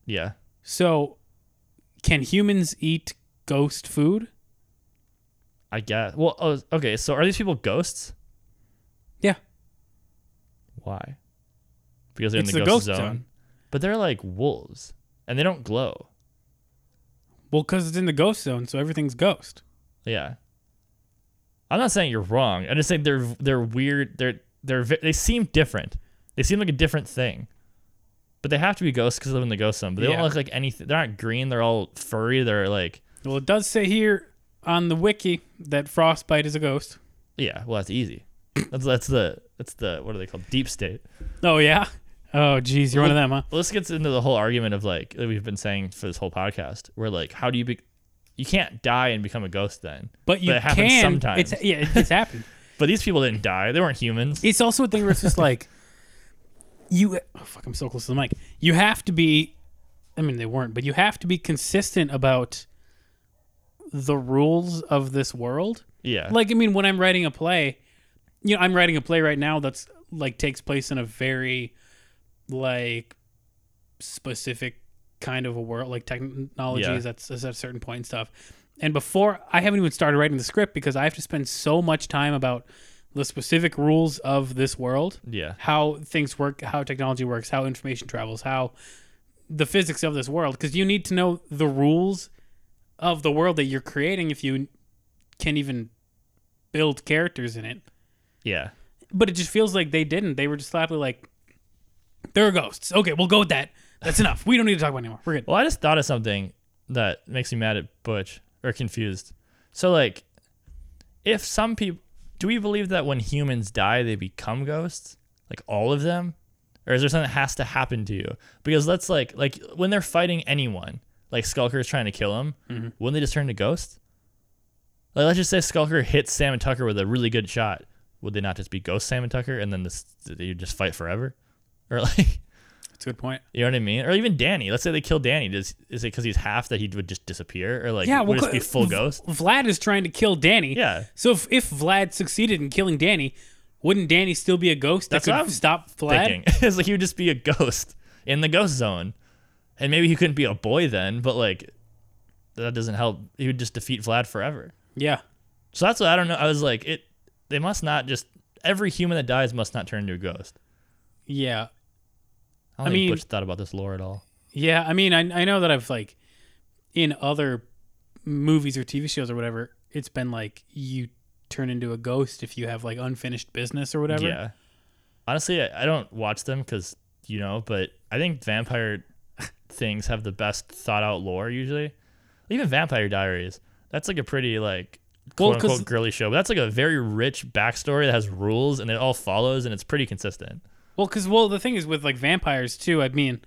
Speaker 3: yeah.
Speaker 2: So, can humans eat ghost food?
Speaker 3: I guess. Well, oh, okay. So are these people ghosts?
Speaker 2: Yeah,
Speaker 3: Why? Because they're
Speaker 2: It's
Speaker 3: in the,
Speaker 2: the
Speaker 3: ghost,
Speaker 2: ghost
Speaker 3: zone.
Speaker 2: zone.
Speaker 3: But they're like wolves, and they don't glow.
Speaker 2: well, because it's in the ghost zone, so everything's ghost.
Speaker 3: Yeah. I'm not saying you're wrong. I just think they're they're weird. They're they're ve- they seem different. They seem like a different thing. But they have to be ghosts because they live in the ghost zone. But they
Speaker 2: Yeah.
Speaker 3: don't look like anything. They're not green. They're all furry. They're like
Speaker 2: Well, it does say here on the wiki that Frostbite is a ghost.
Speaker 3: yeah. Well, that's easy. That's that's the that's the what are they called? Deep state.
Speaker 2: Oh yeah. Oh geez, you're one of them, huh?
Speaker 3: Well, this gets into the whole argument of like that we've been saying for this whole podcast, where like how do you be? You can't die and become a ghost then.
Speaker 2: But you
Speaker 3: it happens
Speaker 2: can.
Speaker 3: sometimes.
Speaker 2: It's, yeah, it- it's happened.
Speaker 3: but these people didn't die. They weren't humans.
Speaker 2: It's also a thing where it's just like you. Oh, fuck, I'm so close to the mic. You have to be. I mean, they weren't, but you have to be consistent about the rules of this world.
Speaker 3: Yeah.
Speaker 2: Like, I mean, when I'm writing a play, you know, I'm writing a play right now that's like takes place in a very like specific kind of a world, like technologies
Speaker 3: Yeah.
Speaker 2: that's, that's at a certain point and stuff. And before I haven't even started writing the script because I have to spend so much time about the specific rules of this world,
Speaker 3: yeah.
Speaker 2: how things work, how technology works, how information travels, how the physics of this world because you need to know the rules of the world that you're creating if you can even build characters in it
Speaker 3: Yeah.
Speaker 2: but it just feels like they didn't. They were just flatly like, there are ghosts. Okay, we'll go with that. That's enough. We don't need to talk about it anymore. We're good.
Speaker 3: Well, I just thought of something that makes me mad at Butch or confused. So, like, if some people, do we believe that when humans die, they become ghosts? Like all of them, or is there something that has to happen to you? Because let's like, like when they're fighting anyone, like Skulker is trying to kill him, wouldn't they just turn to ghosts? Like, let's just say Skulker hits Sam and Tucker with a really good shot. Would they not just be ghost Sam and Tucker, and then this you just fight forever, or like?
Speaker 2: That's a good point.
Speaker 3: You know what I mean? Or even Danny. Let's say they kill Danny. Does is it because he's half that he would just disappear, or like
Speaker 2: Yeah,
Speaker 3: would
Speaker 2: well,
Speaker 3: just be full
Speaker 2: V-
Speaker 3: ghost?
Speaker 2: Vlad is trying to kill Danny.
Speaker 3: Yeah.
Speaker 2: So if, if Vlad succeeded in killing Danny, wouldn't Danny still be a ghost that
Speaker 3: That's what
Speaker 2: could
Speaker 3: I'm
Speaker 2: stop Vlad?
Speaker 3: Thinking it's like he would just be a ghost in the ghost zone, and maybe he couldn't be a boy then, but like that doesn't help. He would just defeat Vlad forever.
Speaker 2: Yeah.
Speaker 3: So that's what I don't know. I was like, it. They must not just every human that dies must not turn into a ghost.
Speaker 2: Yeah.
Speaker 3: I
Speaker 2: I
Speaker 3: don't think
Speaker 2: mean-
Speaker 3: Butch thought about this lore at all.
Speaker 2: Yeah, I mean, I, I know that I've like in other movies or TV shows or whatever, it's been like you turn into a ghost if you have like unfinished business or whatever.
Speaker 3: Yeah. Honestly, I, I don't watch them because you know, but I think vampire things have the best thought out lore usually. Even Vampire Diaries, that's like a pretty like
Speaker 2: Well,
Speaker 3: quote
Speaker 2: 'cause-
Speaker 3: unquote girly show. But that's like a very rich backstory that has rules and it all follows and it's pretty consistent.
Speaker 2: Well, because well, the thing is with like vampires too. I mean,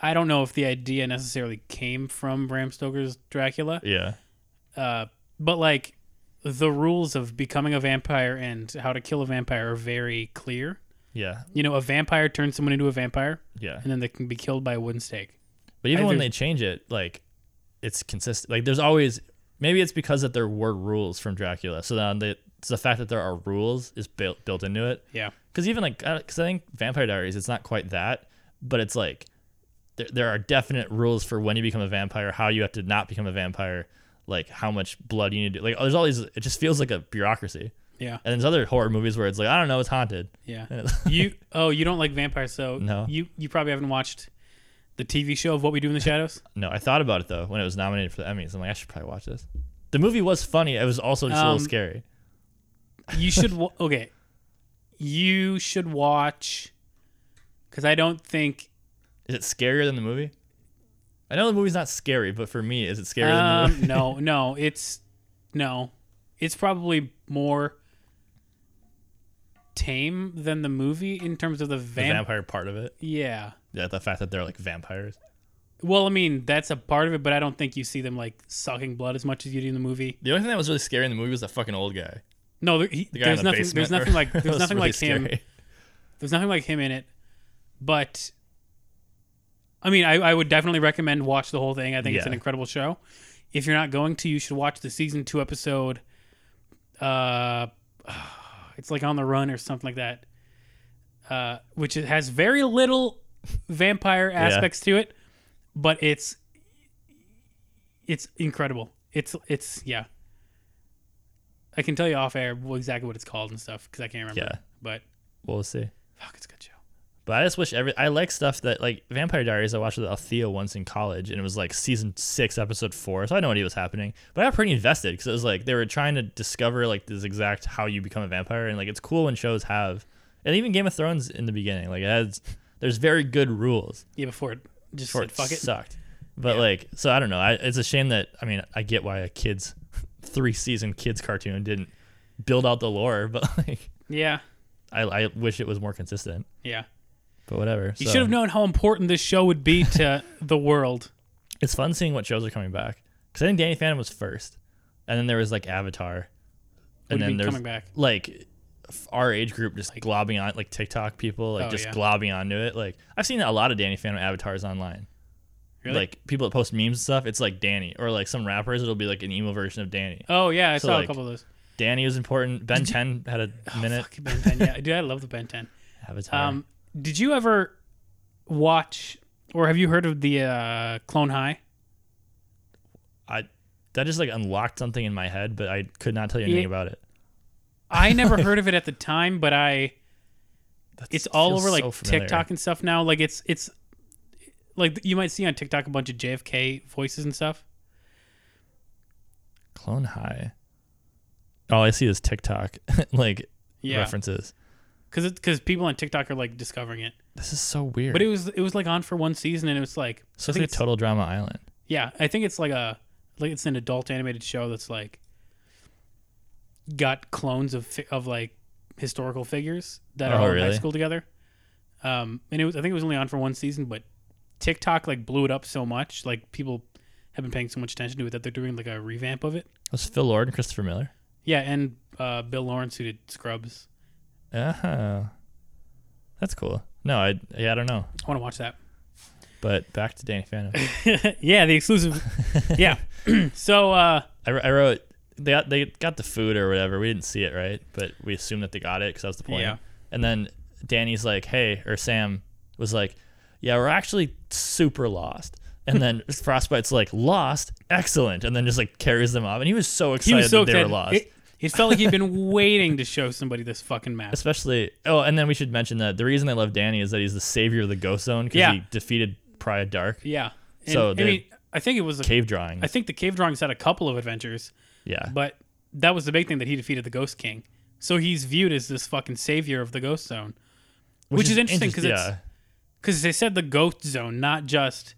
Speaker 2: I don't know if the idea necessarily came from Bram Stoker's Dracula,
Speaker 3: Yeah.
Speaker 2: uh, but like the rules of becoming a vampire and how to kill a vampire are very clear.
Speaker 3: Yeah.
Speaker 2: You know, a vampire turns someone into a vampire,
Speaker 3: Yeah.
Speaker 2: and then they can be killed by a wooden stake.
Speaker 3: But even when
Speaker 2: Either-
Speaker 3: they change it, like it's consistent. Like there's always maybe it's because that there were rules from Dracula. So then the so the fact that there are rules is built built into it.
Speaker 2: Yeah,
Speaker 3: Because even like because I think Vampire Diaries, it's not quite that, but it's like there, there are definite rules for when you become a vampire, how you have to not become a vampire, like how much blood you need to like. There's all these. It just feels like a bureaucracy.
Speaker 2: yeah,
Speaker 3: And there's other horror movies where it's like I don't know, it's haunted.
Speaker 2: yeah.
Speaker 3: And it's-
Speaker 2: you oh, you don't like vampires, so
Speaker 3: No.
Speaker 2: you you probably haven't watched the TV show of What We Do in the Shadows.
Speaker 3: No, I thought about it though when it was nominated for the Emmys. I'm like, I should probably watch this. The movie was funny. It was also just a
Speaker 2: Um,
Speaker 3: little scary.
Speaker 2: You should wa- okay. You should watch because I don't think
Speaker 3: Is it scarier than the movie? I know the movie's not scary, but for me, is it scarier than the
Speaker 2: um,
Speaker 3: movie?
Speaker 2: no no it's no it's probably more tame than the movie in terms of the,
Speaker 3: the
Speaker 2: vamp-
Speaker 3: vampire part of it.
Speaker 2: Yeah.
Speaker 3: Yeah, the fact that they're like vampires.
Speaker 2: Well, I mean that's a part of it, but I don't think you see them like sucking blood as much as you do in the movie.
Speaker 3: The only thing that was really scary in the movie was that fucking old guy.
Speaker 2: No, there, he,
Speaker 3: The guy
Speaker 2: there's
Speaker 3: in the
Speaker 2: nothing.
Speaker 3: basement.
Speaker 2: There's nothing like
Speaker 3: That
Speaker 2: there's
Speaker 3: was
Speaker 2: nothing
Speaker 3: really
Speaker 2: like him.
Speaker 3: scary.
Speaker 2: There's nothing like him in it, but I mean, I, I would definitely recommend watch the whole thing. I think it's
Speaker 3: Yeah.
Speaker 2: an incredible show. If you're not going to, you should watch the season two episode. Uh, it's like on the run or something like that, uh, which it has very little vampire aspects to it, but it's it's incredible. It's it's yeah. I can tell you off air exactly what it's called and stuff because I can't remember.
Speaker 3: Yeah.
Speaker 2: But
Speaker 3: We'll see.
Speaker 2: fuck, it's a good show.
Speaker 3: But I just wish every I like stuff that like Vampire Diaries. I watched with Althea once in college, and it was like season six, episode four. So I know what he was happening, but I got pretty invested because it was like they were trying to discover like this exact how you become a vampire, and like it's cool when shows have, and even Game of Thrones in the beginning, like it has there's very good rules.
Speaker 2: Yeah, before it just
Speaker 3: Before
Speaker 2: said fuck it.
Speaker 3: sucked, but like so I don't know. I, it's a shame that I mean I get why a kids three season kids cartoon didn't build out the lore, but like
Speaker 2: Yeah,
Speaker 3: I I wish it was more consistent.
Speaker 2: yeah.
Speaker 3: But whatever.
Speaker 2: You
Speaker 3: so.
Speaker 2: should have known how important this show would be to the world.
Speaker 3: it's fun seeing what shows are coming back because I think Danny Phantom was first, and then there was like Avatar,
Speaker 2: What
Speaker 3: and
Speaker 2: do you
Speaker 3: then
Speaker 2: mean
Speaker 3: there's
Speaker 2: coming back?
Speaker 3: like f- our age group just globbing on like TikTok people like
Speaker 2: Oh,
Speaker 3: just
Speaker 2: yeah.
Speaker 3: globbing onto it. Like I've seen a lot of Danny Phantom avatars online.
Speaker 2: Really?
Speaker 3: Like people that post memes and stuff, it's like Danny or like some rappers. It'll be like an emo version of Danny.
Speaker 2: Oh yeah, I
Speaker 3: So,
Speaker 2: saw a
Speaker 3: like,
Speaker 2: couple of those.
Speaker 3: Danny was important. Ben Ten had a minute.
Speaker 2: Oh, Fuck Ben 10. Yeah, dude, I love the Ben 10.
Speaker 3: Avatar.
Speaker 2: Um, did you ever watch or have you heard of the uh, Clone High?
Speaker 3: I that just like unlocked something in my head, but I could not tell you
Speaker 2: Yeah.
Speaker 3: anything about it.
Speaker 2: I never heard of it at the time, but I
Speaker 3: That
Speaker 2: it's all
Speaker 3: feels
Speaker 2: over
Speaker 3: so
Speaker 2: like
Speaker 3: familiar.
Speaker 2: TikTok and stuff now. Like it's it's like you might see on TikTok a bunch of JFK voices and stuff.
Speaker 3: Clone High. All I see is TikTok like
Speaker 2: Yeah,
Speaker 3: references.
Speaker 2: because because people on TikTok are like discovering it.
Speaker 3: This is so weird.
Speaker 2: But it was it was like on for one season, and it was like
Speaker 3: so
Speaker 2: I
Speaker 3: it's
Speaker 2: think
Speaker 3: like
Speaker 2: it's-
Speaker 3: Total Drama Island.
Speaker 2: yeah, I think it's like a like it's an adult animated show that's like got clones of fi- of like historical figures that are
Speaker 3: Oh,
Speaker 2: all in high
Speaker 3: really?
Speaker 2: school together. Um, and it was I think it was only on for one season, but TikTok like blew it up so much, like people have been paying so much attention to it that they're doing like a revamp of it.
Speaker 3: Was Phil Lord and Christopher Miller?
Speaker 2: Yeah, and uh, Bill Lawrence who did Scrubs.
Speaker 3: Uh huh. That's cool. No, I yeah I don't know.
Speaker 2: I want to watch that.
Speaker 3: But back to Danny Phantom.
Speaker 2: yeah, the exclusive. yeah. so uh,
Speaker 3: I, wr- I wrote they got, they got the food or whatever. We didn't see it right, but we assumed that they got it because that was the point.
Speaker 2: Yeah.
Speaker 3: And then Danny's like, "Hey," or Sam was like, "Yeah, we're actually super lost." And then Frostbite's like, "Lost, excellent," and then just like carries them off. And he was so excited
Speaker 2: he was so
Speaker 3: that
Speaker 2: excited.
Speaker 3: they were lost.
Speaker 2: It, it felt like he'd been waiting to show somebody this fucking map.
Speaker 3: Especially oh, and then we should mention that the reason they love Danny is that he's the savior of the Ghost Zone because
Speaker 2: Yeah.
Speaker 3: he defeated Priya Dark
Speaker 2: Yeah. And,
Speaker 3: So
Speaker 2: I
Speaker 3: the
Speaker 2: mean, I think it was. A,
Speaker 3: cave drawing.
Speaker 2: I think the cave drawings had a couple of adventures,
Speaker 3: yeah,
Speaker 2: but that was the big thing that he defeated the Ghost King. So he's viewed as this fucking savior of the Ghost Zone, which, is, interesting because
Speaker 3: interest-
Speaker 2: it's because they said the Ghost Zone, not just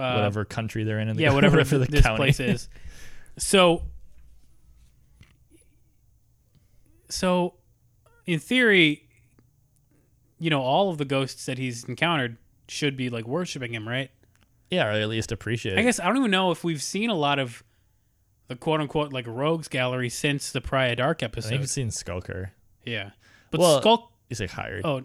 Speaker 2: uh,
Speaker 3: yeah, whatever country they're in. in the,
Speaker 2: yeah, whatever
Speaker 3: for the
Speaker 2: this
Speaker 3: county.
Speaker 2: place is. So So, in theory, you know, all of the ghosts that he's encountered should be like worshiping him, right?
Speaker 3: Yeah, or at least appreciate it.
Speaker 2: I guess I don't even know if we've seen a lot of the quote unquote like rogues gallery since the Prior Dark
Speaker 3: I
Speaker 2: episode.
Speaker 3: think you've seen Skulker.
Speaker 2: yeah. But
Speaker 3: Well-
Speaker 2: Skulk
Speaker 3: He's like hired.
Speaker 2: Oh,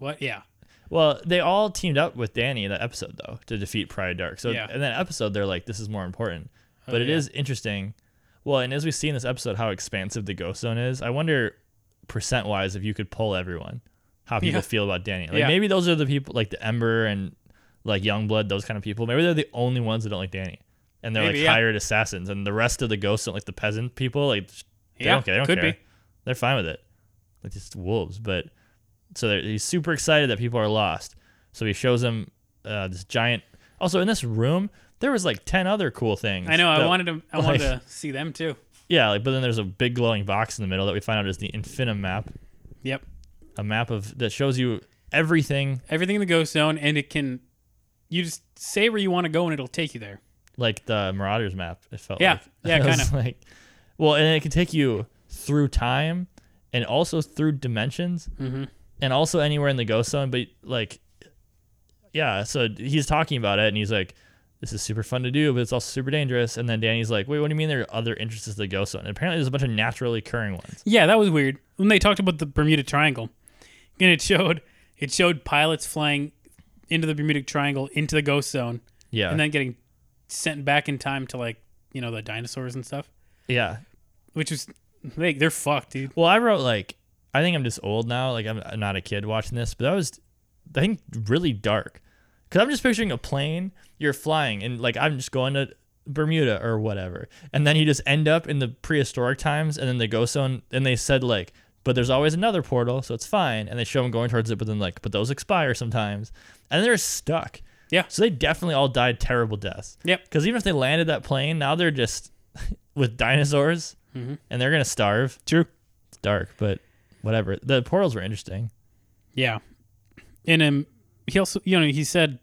Speaker 2: what? Yeah.
Speaker 3: Well, they all teamed up with Danny in that episode though to defeat Pride Dark. So
Speaker 2: Yeah. Oh,
Speaker 3: in that episode, they're like, "This is more important." But it
Speaker 2: yeah.
Speaker 3: is interesting. Well, and as we see in this episode, how expansive the ghost zone is. I wonder, percent wise, if you could pull everyone, how people
Speaker 2: Yeah.
Speaker 3: feel about Danny. Like
Speaker 2: Yeah.
Speaker 3: maybe those are the people, like the Ember and like Youngblood, those kind of people. Maybe they're the only ones that don't like Danny, and they're
Speaker 2: Maybe,
Speaker 3: like
Speaker 2: yeah.
Speaker 3: hired assassins, and the rest of the ghosts don't like the peasant people. Like they
Speaker 2: Yeah,
Speaker 3: don't care. They don't
Speaker 2: could
Speaker 3: care.
Speaker 2: be.
Speaker 3: They're fine with it. Like just wolves, but so they're, he's super excited that people are lost. So he shows them uh, this giant. Also, in this room, there was like ten other cool things.
Speaker 2: I know. I
Speaker 3: that-
Speaker 2: wanted to. I wanted to
Speaker 3: like-
Speaker 2: see them too.
Speaker 3: Yeah, like, but then there's a big glowing box in the middle that we find out is the Infinimap,
Speaker 2: Yep.
Speaker 3: a map of that shows you everything.
Speaker 2: Everything in the ghost zone, and it can. You just say where you want to go, and it'll take you there.
Speaker 3: like the Marauders map. It felt
Speaker 2: Yeah,
Speaker 3: like.
Speaker 2: yeah,
Speaker 3: It was
Speaker 2: kinda.
Speaker 3: like. Well, and it can take you through time, and also through dimensions,
Speaker 2: Mm-hmm.
Speaker 3: and also anywhere in the ghost zone. But like, yeah. So he's talking about it, and he's like, "This is super fun to do, but it's also super dangerous." And then Danny's like, "Wait, what do you mean there are other entrances to the ghost zone?" And apparently, there's a bunch of naturally occurring ones.
Speaker 2: Yeah, that was weird. When they talked about the Bermuda Triangle, and it showed it showed pilots flying into the Bermuda Triangle into the ghost zone,
Speaker 3: Yeah.
Speaker 2: and then getting sent back in time to like you know the dinosaurs and stuff,
Speaker 3: yeah.
Speaker 2: which is like they're fucked, dude.
Speaker 3: Well, I wrote like I think I'm just old now. Like I'm, I'm not a kid watching this, but that was I think really dark because I'm just picturing a plane. You're flying and like I'm just going to Bermuda or whatever, and then you just end up in the prehistoric times, and then the ghost zone. And they said like, but there's always another portal, so it's fine. And they show them going towards it, but then like, but those expire sometimes, and they're stuck.
Speaker 2: Yeah.
Speaker 3: So they definitely all died terrible deaths.
Speaker 2: Yep.
Speaker 3: Because even if they landed that plane, now they're just with dinosaurs, and they're gonna starve
Speaker 2: Mm-hmm. True.
Speaker 3: dark, but whatever. The portals were interesting.
Speaker 2: Yeah, and um, he also, you know, he said,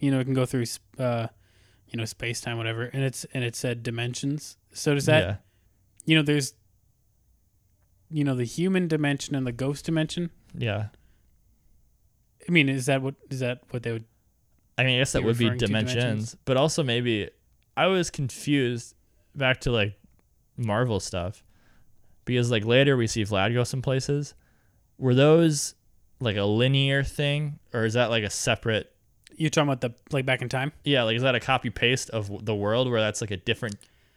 Speaker 2: you know, it can go through, sp- uh, you know, space time, whatever, and it's and it said dimensions. So does that,
Speaker 3: yeah.
Speaker 2: you know, there's, you know, the human dimension and the ghost dimension.
Speaker 3: Yeah.
Speaker 2: I mean, is that what is that what they would?
Speaker 3: I mean, I guess that
Speaker 2: You're
Speaker 3: would be
Speaker 2: referring to
Speaker 3: dimensions,
Speaker 2: dimensions?
Speaker 3: but also maybe I was confused back to like Marvel stuff because like later we see Vlad go some places. Were those like a linear thing or is that like a separate?
Speaker 2: You're talking about the like back in time.
Speaker 3: Yeah, like is that a copy paste of the world where that's like a different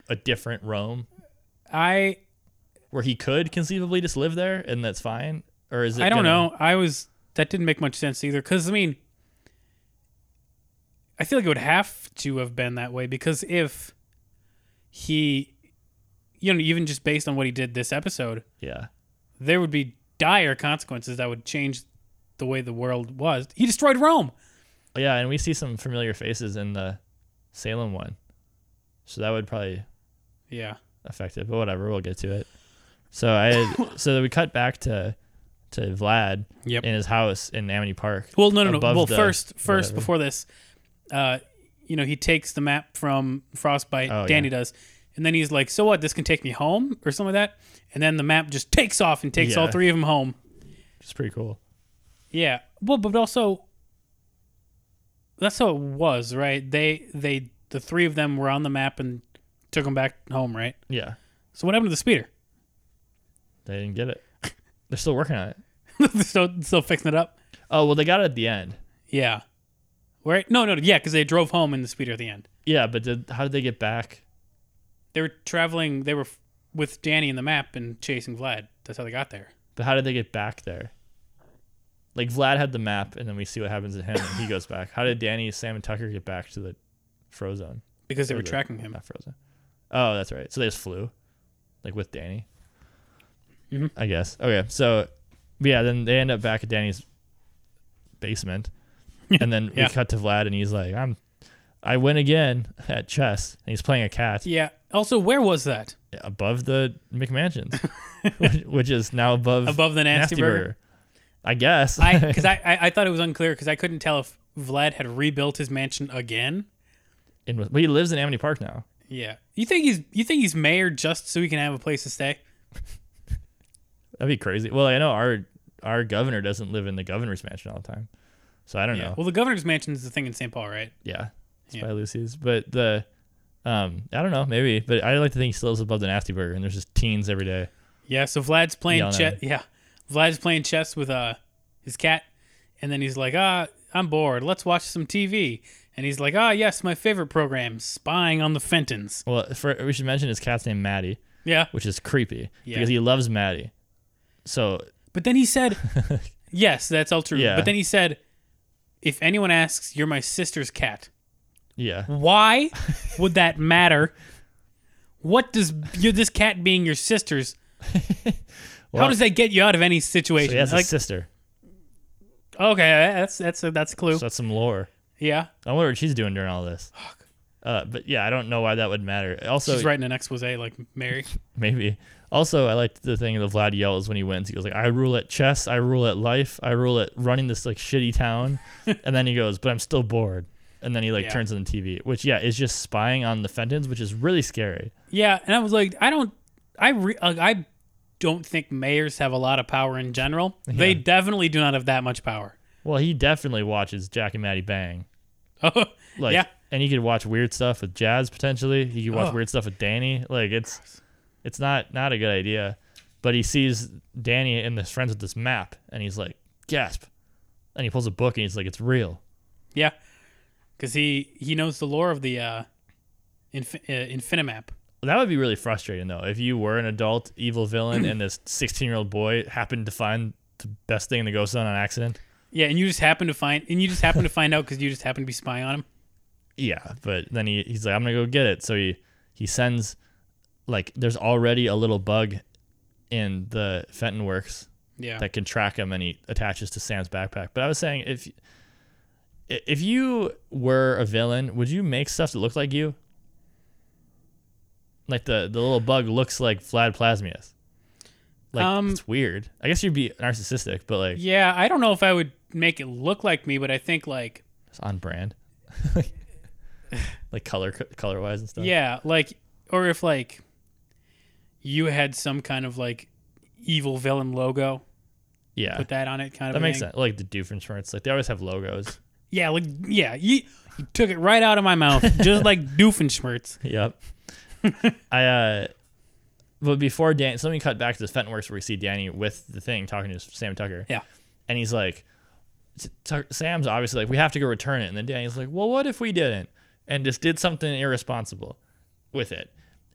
Speaker 3: a different Rome
Speaker 2: I
Speaker 3: where he could conceivably just live there and that's fine? Or is it
Speaker 2: I don't
Speaker 3: gonna-
Speaker 2: know. I was that didn't make much sense either. Because I mean, I feel like it would have to have been that way because if he, you know, even just based on what he did this episode,
Speaker 3: Yeah.
Speaker 2: there would be dire consequences that would change the way the world was. He destroyed Rome.
Speaker 3: Oh, Yeah, and we see some familiar faces in the Salem one. So that would probably
Speaker 2: Yeah.
Speaker 3: affect it, but whatever, we'll get to it. So I so we cut back to to Vlad
Speaker 2: Yep.
Speaker 3: in his house in Amity Park.
Speaker 2: Well, no, no, no.
Speaker 3: above
Speaker 2: Well,
Speaker 3: the-
Speaker 2: first, first
Speaker 3: whatever.
Speaker 2: before this, uh, you know, he takes the map from Frostbite.
Speaker 3: Oh,
Speaker 2: Danny does, and then he's like, "So what? This can take me home, or something like that." And then the map just takes off and takes all
Speaker 3: Yeah.
Speaker 2: three of them home.
Speaker 3: It's pretty cool.
Speaker 2: Yeah. Well, but also, that's how it was, right? They, they, the three of them were on the map and took them back home, right?
Speaker 3: Yeah.
Speaker 2: So what happened to the speeder?
Speaker 3: They didn't get it. They're still working on it.
Speaker 2: still, still fixing it up.
Speaker 3: Oh well they got it at the end.
Speaker 2: Yeah. Right? No, no, yeah, because they drove home in the speeder at the end.
Speaker 3: Yeah, but did, how did they get back?
Speaker 2: They were traveling. They were f- with Danny in the map and chasing Vlad. That's how they got there.
Speaker 3: But how did they get back there? Like Vlad had the map and then we see what happens to him and he goes back. How did Danny, Sam and Tucker get back to the Frozone?
Speaker 2: Because they were
Speaker 3: Or the-
Speaker 2: tracking him.
Speaker 3: Not Frozen. Oh, that's right. So they just flew, like with Danny.
Speaker 2: Mhm.
Speaker 3: I guess. Okay. So, yeah. Then they end up back at Danny's basement, and then
Speaker 2: Yeah.
Speaker 3: we cut to Vlad, and he's like, "I'm, I win again at chess," and he's playing a cat
Speaker 2: Yeah. Also, where was that?
Speaker 3: above the McMansions, which, which is now above
Speaker 2: Above the Nasty Burger?
Speaker 3: I guess.
Speaker 2: I because I, I I thought it was unclear because I couldn't tell if Vlad had rebuilt his mansion again.
Speaker 3: In- but he lives in Amity Park now.
Speaker 2: Yeah. You think he's you think he's mayor just so he can have a place to stay?
Speaker 3: That'd be crazy. Well, I know our our governor doesn't live in the governor's mansion all the time, so I don't know.
Speaker 2: Well, the governor's mansion is the thing in St. Paul, right?
Speaker 3: yeah, it's
Speaker 2: Yeah.
Speaker 3: by Lucy's, but the um, I don't know, maybe, but I like to think he still lives above the nasty burger, and there's just teens every day.
Speaker 2: Yeah. So Vlad's playing
Speaker 3: Yelling at
Speaker 2: chess.
Speaker 3: him.
Speaker 2: Yeah. Vlad's playing chess with uh his cat, and then he's like, "Ah, I'm bored. Let's watch some TV." And he's like, "Ah, yes, my favorite program, Spying on the Fentons."
Speaker 3: Well, for, we should mention his cat's name Maddie,
Speaker 2: Yeah.
Speaker 3: which is creepy
Speaker 2: Yeah.
Speaker 3: because he loves Maddie. So
Speaker 2: But then he said, "Yes, that's all true."
Speaker 3: Yeah.
Speaker 2: But then he said, "If anyone asks, you're my sister's cat.
Speaker 3: yeah,
Speaker 2: Why would that matter? What does you this cat being your sister's?
Speaker 3: Well-
Speaker 2: how does that get you out of any
Speaker 3: so
Speaker 2: situation?
Speaker 3: he has
Speaker 2: Like,
Speaker 3: a sister.
Speaker 2: okay, that's that's a, that's a clue.
Speaker 3: So that's some lore.
Speaker 2: yeah,
Speaker 3: I wonder what she's doing during all this. Uh, but yeah, I don't know why that would matter. Also,
Speaker 2: she's writing an expose like Mary.
Speaker 3: Maybe. Also, I liked the thing that Vlad yells when he wins. He goes like, "I rule at chess. I rule at life. I rule at running this like shitty town." and then he goes, "But I'm still bored." And then he like
Speaker 2: Yeah.
Speaker 3: turns on the TV, which yeah is just spying on the Fentons, which is really scary.
Speaker 2: Yeah, and I was like, I don't, I re, uh, I don't think mayors have a lot of power in general. They definitely do not have that much power.
Speaker 3: Well, he definitely watches Jack and Maddie bang.
Speaker 2: Oh,
Speaker 3: Like,
Speaker 2: yeah,
Speaker 3: And he could watch weird stuff with Jazz potentially. He could watch
Speaker 2: Ugh.
Speaker 3: weird stuff with Danny. Like it's, it's not not a good idea. But he sees Danny and his friends with this map, and he's like, "Gasp!" And he pulls a book, and he's like, "It's real."
Speaker 2: yeah, because he he knows the lore of the uh, infin- uh, Infinimap.
Speaker 3: That would be really frustrating though. If you were an adult evil villain and this 16 year old boy happened to find the best thing in the ghost zone on accident.
Speaker 2: Yeah, and you just happen to find, and you just happen to find out because you just happen to be spying on him.
Speaker 3: Yeah, but then he, he's like, I'm gonna go get it. So he he sends like there's already a little bug in the Fenton Works
Speaker 2: Yeah,
Speaker 3: that can track him, and he attaches to Sam's backpack. But I was saying if if you were a villain, would you make stuff that looked like you? Like the the little bug looks like Vlad Plasmius. Like
Speaker 2: Um,
Speaker 3: it's weird. I guess you'd be narcissistic, but like
Speaker 2: yeah. I don't know if I would make it look like me, but I think like,
Speaker 3: it's on brand. like color color wise and stuff.
Speaker 2: yeah, like, or if like you had some kind of like evil villain logo,
Speaker 3: yeah.
Speaker 2: put that on it, kind of.
Speaker 3: that
Speaker 2: a
Speaker 3: makes
Speaker 2: thing.
Speaker 3: sense. Like the Doofenshmirtz, like they always have logos.
Speaker 2: Yeah, like yeah, you, you took it right out of my mouth, just like Doofenshmirtz.
Speaker 3: Yep. I uh but before Dan so let me cut back to the Fentonworks where we see Danny with the thing talking to Sam Tucker.
Speaker 2: Yeah.
Speaker 3: And he's like T- Tuck- Sam's obviously like, we have to go return it. And then Danny's like, well, what if we didn't? And just did something irresponsible with it.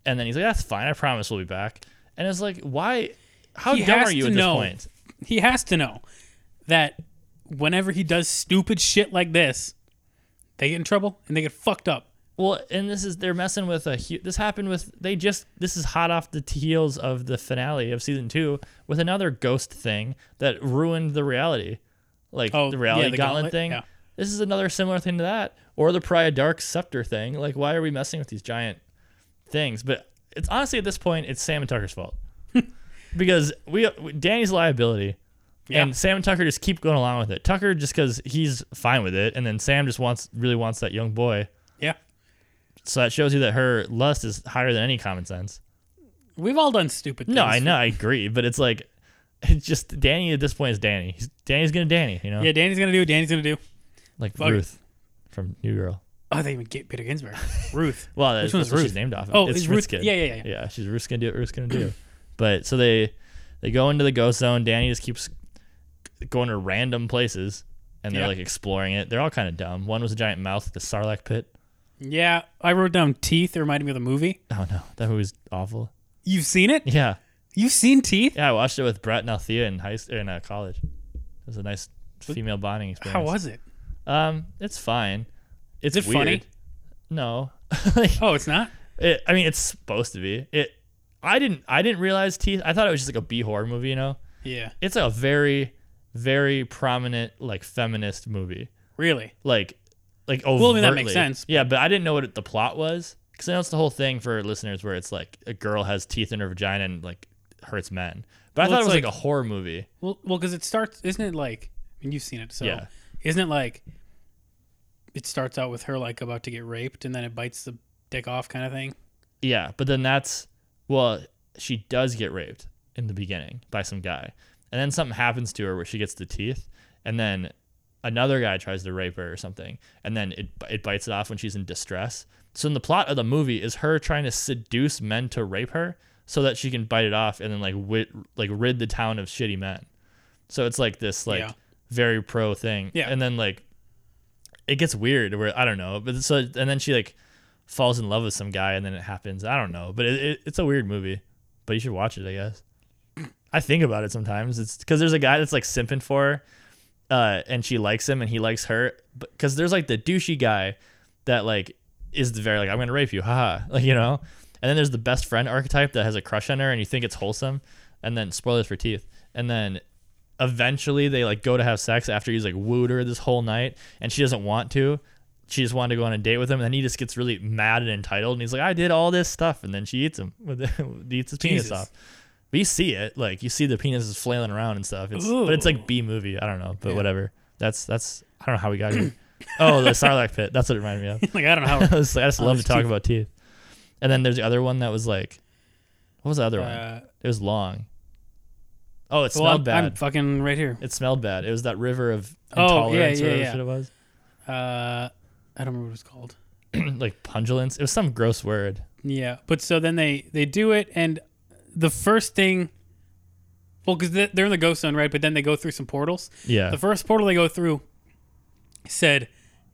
Speaker 3: And then he's like, that's fine. I promise we'll be back. And it's like, why? How
Speaker 2: He
Speaker 3: dumb
Speaker 2: has
Speaker 3: are you
Speaker 2: to
Speaker 3: at this
Speaker 2: know.
Speaker 3: point?
Speaker 2: He has to know that whenever he does stupid shit like this, they get in trouble and they get fucked up.
Speaker 3: Well, and this is they're messing with a. hu- This happened with they just this is hot off the heels of the finale of season two with another ghost thing that ruined the reality, like
Speaker 2: Oh,
Speaker 3: the reality
Speaker 2: yeah, the
Speaker 3: gauntlet,
Speaker 2: gauntlet,
Speaker 3: thing.
Speaker 2: yeah.
Speaker 3: This is another similar thing to that, or the Priya Dark Scepter thing. Like, why are we messing with these giant things? But it's honestly at this point, it's Sam and Tucker's fault because we Danny's liability.
Speaker 2: Yeah.
Speaker 3: And Sam and Tucker just keep going along with it. Tucker just because he's fine with it, and then Sam just wants really wants that young boy.
Speaker 2: Yeah,
Speaker 3: So that shows you that her lust is higher than any common sense.
Speaker 2: we've all done stupid. Things.
Speaker 3: No, I know, I agree, but it's like it's just Danny at this point is Danny. He's, Danny's gonna Danny, you know,
Speaker 2: Yeah, Danny's gonna do. what Danny's gonna do.
Speaker 3: like
Speaker 2: fuck it.
Speaker 3: Ruth from New Girl.
Speaker 2: Oh, they even get Peter Ginsburg. Ruth.
Speaker 3: Well, that's,
Speaker 2: one's
Speaker 3: that's what
Speaker 2: Ruth?
Speaker 3: she's named off. Of.
Speaker 2: Oh,
Speaker 3: it's
Speaker 2: it's
Speaker 3: Ruth's
Speaker 2: Ruth-
Speaker 3: kid.
Speaker 2: yeah, yeah, yeah.
Speaker 3: Yeah, she's Ruth's gonna do. it, Ruth's gonna do. it. but so they they go into the ghost zone. Danny just keeps going to random places, and they're
Speaker 2: Yeah.
Speaker 3: like exploring it. They're all kind of dumb. One was a giant mouth, the Sarlacc pit.
Speaker 2: Yeah, I wrote down teeth. It reminded me of the movie.
Speaker 3: Oh no, that movie's awful.
Speaker 2: You've seen it?
Speaker 3: Yeah,
Speaker 2: You've seen teeth?
Speaker 3: Yeah, I watched it with Brett and Althea in high or in uh, college. It was a nice female bonding experience.
Speaker 2: How was it?
Speaker 3: Um, it's fine. It's
Speaker 2: Is it
Speaker 3: weird.
Speaker 2: funny?
Speaker 3: No, Like,
Speaker 2: Oh, it's not.
Speaker 3: it, I mean, it's supposed to be. It. I didn't. I didn't realize teeth. I thought it was just like a B horror movie. You know,
Speaker 2: Yeah,
Speaker 3: it's a very, very prominent like feminist movie.
Speaker 2: really.
Speaker 3: Like, like overtly.
Speaker 2: Well, I mean, that makes sense,
Speaker 3: Yeah, but I didn't know what it, the plot was because I know it's the whole thing for listeners where it's like a girl has teeth in her vagina and like hurts men. But I
Speaker 2: Well,
Speaker 3: thought it
Speaker 2: it's
Speaker 3: was like,
Speaker 2: like-
Speaker 3: a horror movie.
Speaker 2: Well, well, because it starts, isn't it? Like, I mean, you've seen it, so
Speaker 3: Yeah.
Speaker 2: isn't it like it starts out with her like about to get raped, and then it bites the dick off, kind of thing.
Speaker 3: Yeah, but then that's well, she does get raped, in the beginning by some guy, and then something happens to her where she gets the teeth, and then another guy tries to rape her or something, and then it it bites it off when she's in distress. So in the plot of the movie is her trying to seduce men to rape her so that she can bite it off and then like wi- like rid the town of shitty men. So it's like this like
Speaker 2: Yeah.
Speaker 3: very pro thing.
Speaker 2: Yeah.
Speaker 3: And then like it gets weird where I don't know, but so and then she like falls in love with some guy and then it happens. I don't know, but it, it, it's a weird movie, but you should watch it, I guess. I think about it sometimes. It's because there's a guy that's like simping for her, uh, and she likes him and he likes her. Because there's like the douchey guy that like is the very like I'm gonna rape you, haha, like you know. And then there's the best friend archetype that has a crush on her and you think it's wholesome. And then spoilers for teeth. And then eventually they like go to have sex after he's like wooed her this whole night and she doesn't want to. She just wanted to go on a date with him, and then he just gets really mad and entitled, and he's like, "I did all this stuff," and then she eats him, with eats his penis
Speaker 2: Jesus.
Speaker 3: off. But you see it, like you see the penis is flailing around and stuff. It's, but it's like B movie. I don't know, but whatever. That's that's I don't know how we got here. oh, the Sarlacc pit. That's what it reminded me of.
Speaker 2: like I don't know how.
Speaker 3: I, was like, I just
Speaker 2: Oh,
Speaker 3: love to
Speaker 2: there's
Speaker 3: talk
Speaker 2: teeth.
Speaker 3: about teeth. And then there's the other one that was like, what was the other one?
Speaker 2: Uh,
Speaker 3: It was long. Oh, it
Speaker 2: well, I'm,
Speaker 3: smelled bad.
Speaker 2: I'm fucking right here.
Speaker 3: it smelled bad. It was that river of
Speaker 2: Oh, yeah,
Speaker 3: intolerance
Speaker 2: yeah,
Speaker 3: or whatever
Speaker 2: yeah.
Speaker 3: shit it was.
Speaker 2: Uh, I don't remember what it's called.
Speaker 3: like pungulence. It was some gross word.
Speaker 2: Yeah, but so then they they do it, and the first thing, well, because they're in the ghost zone, right? But then they go through some portals.
Speaker 3: Yeah.
Speaker 2: The first portal they go through said,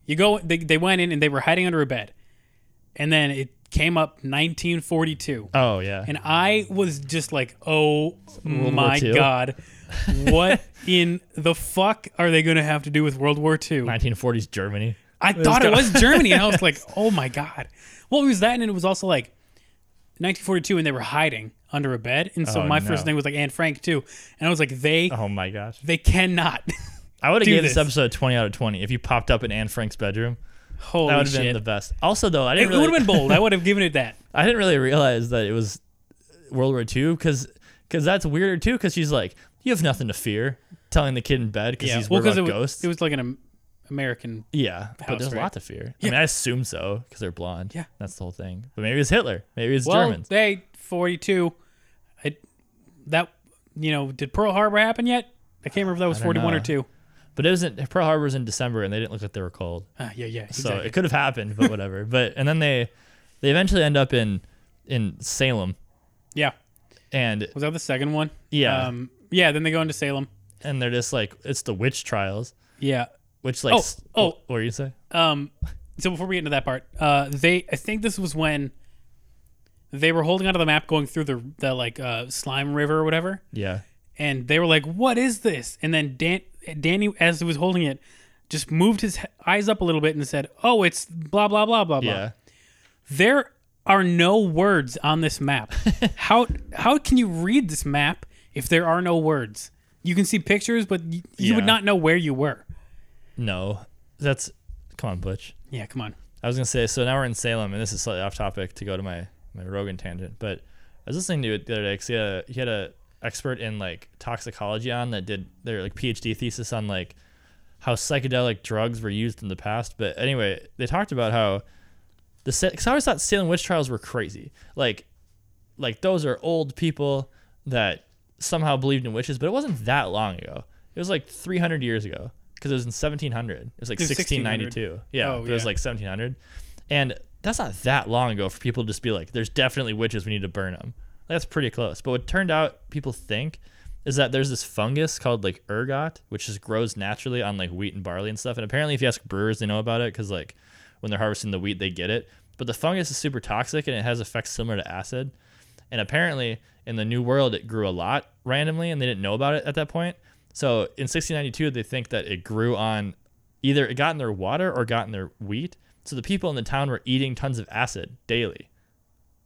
Speaker 2: "You go." They, they went in and they were hiding under a bed, and then it came up 1942,
Speaker 3: oh, yeah.
Speaker 2: and I was just like, "Oh
Speaker 3: War
Speaker 2: my
Speaker 3: Two?
Speaker 2: god, what in the fuck are they going to have to do with World War II?"
Speaker 3: 1940s Germany.
Speaker 2: I thought it was Germany, and I was like, "Oh my god!" Well, it was that, and it was also like 1942, and they were hiding under a bed, and so
Speaker 3: Oh,
Speaker 2: my
Speaker 3: no.
Speaker 2: first thing was like Anne Frank too, and I was like, "They,
Speaker 3: Oh, my gosh.
Speaker 2: they cannot."
Speaker 3: I would have
Speaker 2: do
Speaker 3: given this.
Speaker 2: this.
Speaker 3: episode a 20 out of 20 if you popped up in Anne Frank's bedroom.
Speaker 2: Holy
Speaker 3: That would have
Speaker 2: shit!
Speaker 3: been the best. Also, though, I
Speaker 2: it
Speaker 3: didn't really.
Speaker 2: would have been bold. I would have given it that.
Speaker 3: I didn't really realize that it was World War II because that's weirder too. Because she's like, you have nothing to fear, telling the kid in bed because he's worried
Speaker 2: it
Speaker 3: about
Speaker 2: was
Speaker 3: ghosts.
Speaker 2: it was like an Am- American.
Speaker 3: yeah, but
Speaker 2: house,
Speaker 3: there's
Speaker 2: right?
Speaker 3: a lot to fear. I
Speaker 2: Yeah.
Speaker 3: mean, I assume so because they're blonde.
Speaker 2: Yeah.
Speaker 3: that's the whole thing. But maybe it's Hitler. Maybe it's
Speaker 2: Well,
Speaker 3: Germans.
Speaker 2: they 42. I, that you know, did Pearl Harbor happen yet? I can't remember if that was
Speaker 3: don't
Speaker 2: 41 or
Speaker 3: know.
Speaker 2: two.
Speaker 3: But it wasn't. Pearl Harbor was in December, and they didn't look like they were cold.
Speaker 2: Ah, yeah, yeah,
Speaker 3: So
Speaker 2: exactly.
Speaker 3: it could have happened, but whatever. but and then they, they eventually end up in, in Salem,
Speaker 2: yeah.
Speaker 3: and
Speaker 2: Was that the second one?
Speaker 3: Yeah.
Speaker 2: Um, yeah. Then they go into Salem.
Speaker 3: and they're just like it's the witch trials,
Speaker 2: Yeah.
Speaker 3: which like
Speaker 2: Oh,
Speaker 3: s-
Speaker 2: oh.
Speaker 3: what were you say?
Speaker 2: Um, so before we get into that part, uh, they I think this was when they were holding onto the map, going through the the like uh, slime river or whatever,
Speaker 3: Yeah.
Speaker 2: and they were like, "What is this?" And then Dan Danny, as he was holding it, just moved his he- eyes up a little bit and said, "Oh, it's blah blah blah blah blah."
Speaker 3: Yeah.
Speaker 2: There are no words on this map. how how can you read this map if there are no words? You can see pictures, but y- you would
Speaker 3: Yeah.
Speaker 2: not know where you were.
Speaker 3: No, that's come on, Butch.
Speaker 2: Yeah, come on.
Speaker 3: I was gonna say. So now we're in Salem, and this is slightly off topic to go to my my Rogan tangent. But I was listening to it the other day because he had a, he had a expert in like toxicology on that did their like PhD thesis on like how psychedelic drugs were used in the past. But anyway, they talked about how the because I always thought Salem witch trials were crazy. Like like those are old people that somehow believed in witches, but it wasn't that long ago. It was like 300 years ago because it was in 1700. It was like
Speaker 2: It was
Speaker 3: 1692. Yeah,
Speaker 2: Oh,
Speaker 3: but it was
Speaker 2: yeah.
Speaker 3: like 1700, and that's not that long ago for people to just be like, "There's definitely witches. We need to burn them." That's pretty close. But what turned out people think is that there's this fungus called like ergot, which just grows naturally on like wheat and barley and stuff. And apparently, if you ask brewers, they know about it because like when they're harvesting the wheat, they get it. But the fungus is super toxic and it has effects similar to acid. And apparently, in the New World, it grew a lot randomly, and they didn't know about it at that point. So in 1692, they think that it grew on either it got in their water or got in their wheat. So the people in the town were eating tons of acid daily,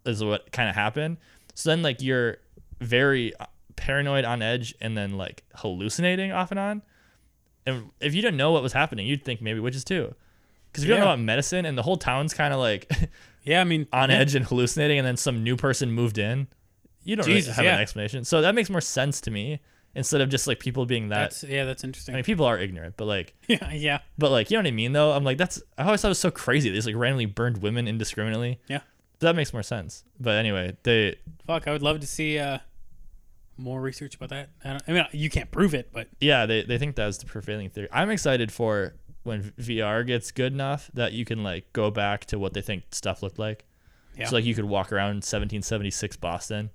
Speaker 3: is what kind of happened. So then, like, you're very paranoid on edge and then like hallucinating off and on. And if you didn't know what was happening, you'd think maybe witches too. Because if you don't know
Speaker 2: Yeah.
Speaker 3: about medicine and the whole town's kind of like
Speaker 2: Yeah, I mean,
Speaker 3: on edge and hallucinating, and then some new person moved in. You don't
Speaker 2: Jesus,
Speaker 3: really have
Speaker 2: yeah.
Speaker 3: an explanation, so that makes more sense to me instead of just like people being that.
Speaker 2: That's yeah, that's interesting.
Speaker 3: I mean, people are ignorant, but like,
Speaker 2: yeah, yeah,
Speaker 3: but like, you know what I mean? Though I'm like, that's I always thought it was so crazy. They just like randomly burned women indiscriminately.
Speaker 2: yeah.
Speaker 3: That makes more sense. But anyway, they
Speaker 2: Fuck, I would love to see. Uh, more research about that. I, don't, I mean, you can't prove it, but
Speaker 3: yeah, they, they think that's the prevailing theory. I'm excited for when v- VR gets good enough that you can like go back to what they think stuff looked like.
Speaker 2: Yeah.
Speaker 3: So like you could walk around 1776 Boston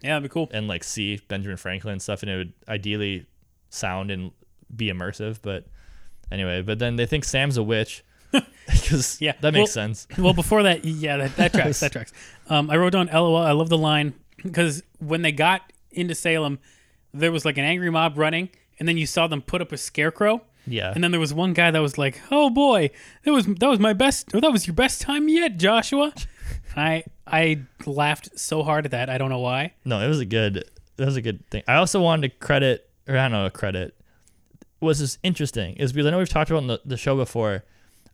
Speaker 2: yeah, it'd be cool.
Speaker 3: and like see Benjamin Franklin and stuff, and it would ideally sound and be immersive. But anyway, but then they think Sam's a witch because
Speaker 2: Yeah,
Speaker 3: that makes
Speaker 2: well-
Speaker 3: sense.
Speaker 2: well, before that, yeah, that, that tracks. That tracks. Um, I wrote down LOL. I love the line because when they got into Salem, there was like an angry mob running, and then you saw them put up a scarecrow.
Speaker 3: Yeah.
Speaker 2: And then there was one guy that was like, "Oh boy, that was that was my best. Or that was your best time yet, Joshua." I I laughed so hard at that. I don't know why.
Speaker 3: No, it was a good. That was a good thing. I also wanted to credit, or I don't know, credit. What's just interesting is because I know we've talked about on the, the show before.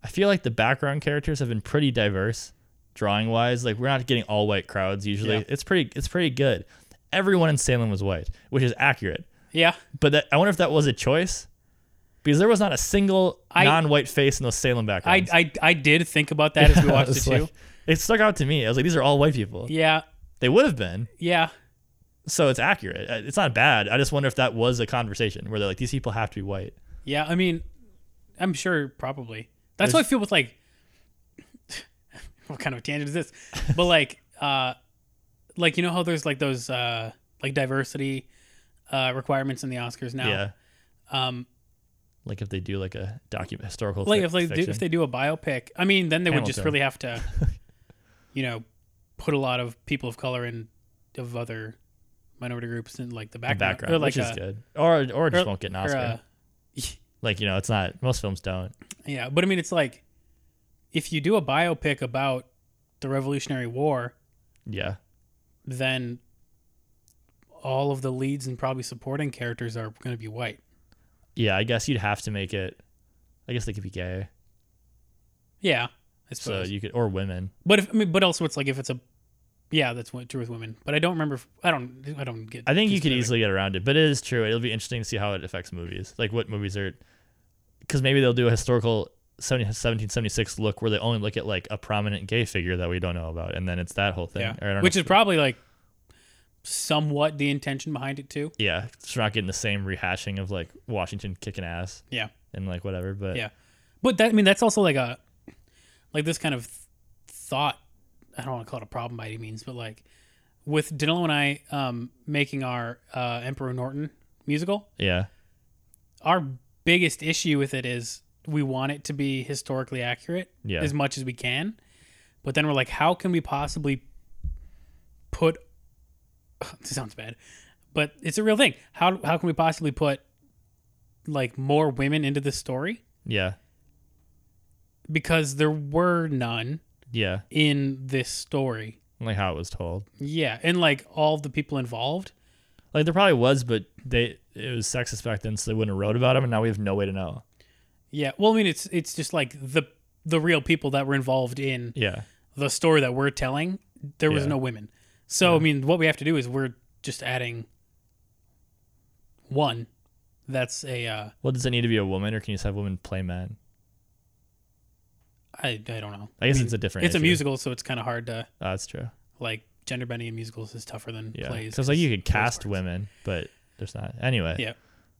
Speaker 3: I feel like the background characters have been pretty diverse, drawing wise. Like we're not getting all white crowds usually.
Speaker 2: Yeah.
Speaker 3: It's pretty. It's pretty good. Everyone in Salem was white, which is accurate.
Speaker 2: Yeah.
Speaker 3: But that, I wonder if that was a choice, because there was not a single
Speaker 2: I-
Speaker 3: non-white face in those Salem
Speaker 2: I,
Speaker 3: backgrounds.
Speaker 2: I, I did think about that as we watched it
Speaker 3: It's
Speaker 2: too.
Speaker 3: like- it stuck out to me. I was like, these are all white people.
Speaker 2: yeah,
Speaker 3: They would have been.
Speaker 2: yeah,
Speaker 3: So it's accurate. Uh, It's not bad. I just wonder if that was a conversation where they're like, these people have to be white.
Speaker 2: yeah. I mean, I'm sure probably. That's
Speaker 3: There's-
Speaker 2: how I feel with like. what kind of a tangent is this? But like, uh, like you know how there's like those uh like diversity uh requirements in the Oscars now.
Speaker 3: Yeah.
Speaker 2: Um,
Speaker 3: Like if they do like a document historical
Speaker 2: like
Speaker 3: fic-
Speaker 2: if like do,
Speaker 3: fiction.
Speaker 2: if they do a biopic, I mean, then they would just
Speaker 3: Hamilton.
Speaker 2: really have to, you know, put a lot of people of color and of other minority groups in like the
Speaker 3: The
Speaker 2: background,
Speaker 3: background,
Speaker 2: or like
Speaker 3: which is
Speaker 2: a-
Speaker 3: good. Or or it just
Speaker 2: or-
Speaker 3: won't get an
Speaker 2: or
Speaker 3: Oscar.
Speaker 2: a-
Speaker 3: like, you know, it's not most films don't.
Speaker 2: Yeah, but I mean, it's like if you do a biopic about the Revolutionary War,
Speaker 3: Yeah.
Speaker 2: then all of the leads and probably supporting characters are going to be white.
Speaker 3: Yeah, I guess you'd have to make it I guess they could be gay.
Speaker 2: Yeah, I
Speaker 3: So
Speaker 2: suppose.
Speaker 3: you could or women.
Speaker 2: but if I mean, but also it's like if it's a yeah, that's what- true with women. But I don't remember. If, I don't. I don't get.
Speaker 3: I think
Speaker 2: too
Speaker 3: you could
Speaker 2: specific.
Speaker 3: easily get around it, but it is true. It'll be interesting to see how it affects movies. Like what movies are because maybe they'll do a historical 70, 1776 look where they only look at like a prominent gay figure that we don't know about, and then it's that whole thing. Or I don't know
Speaker 2: Yeah, which
Speaker 3: if-
Speaker 2: is probably like somewhat the intention behind it too.
Speaker 3: yeah, it's not getting the same rehashing of like Washington kicking ass
Speaker 2: Yeah.
Speaker 3: and like whatever. But
Speaker 2: Yeah. But that I mean that's also like a like this kind of th- thought I don't want to call it a problem by any means, but like with Danilo and I um making our uh Emperor Norton musical,
Speaker 3: yeah,
Speaker 2: our biggest issue with it is we want it to be historically accurate
Speaker 3: Yeah.
Speaker 2: as much as we can. But then we're like, how can we possibly put this sounds bad, but it's a real thing. How how can we possibly put like more women into this story?
Speaker 3: yeah,
Speaker 2: because there were none
Speaker 3: yeah,
Speaker 2: in this story.
Speaker 3: like how it was told.
Speaker 2: Yeah, and like all the people involved.
Speaker 3: Like there probably was, but they it was sexist back then, so they wouldn't have wrote about him, and now we have no way to know.
Speaker 2: Yeah, well, I mean, it's it's just like the the real people that were involved in
Speaker 3: Yeah,
Speaker 2: the story that we're telling. There was
Speaker 3: Yeah.
Speaker 2: no women, so I mean, what we have to do is we're just adding one. That's a uh,
Speaker 3: well, does it need to be a woman, or can you just have women play men?
Speaker 2: I I don't know.
Speaker 3: I guess
Speaker 2: mean,
Speaker 3: it's a different.
Speaker 2: It's a
Speaker 3: issue.
Speaker 2: musical, so it's kind of hard to
Speaker 3: Oh, that's true.
Speaker 2: like gender bending in musicals is tougher than
Speaker 3: Yeah,
Speaker 2: plays.
Speaker 3: because like you could
Speaker 2: plays
Speaker 3: cast
Speaker 2: parts.
Speaker 3: women, but there's not. Anyway,
Speaker 2: Yeah,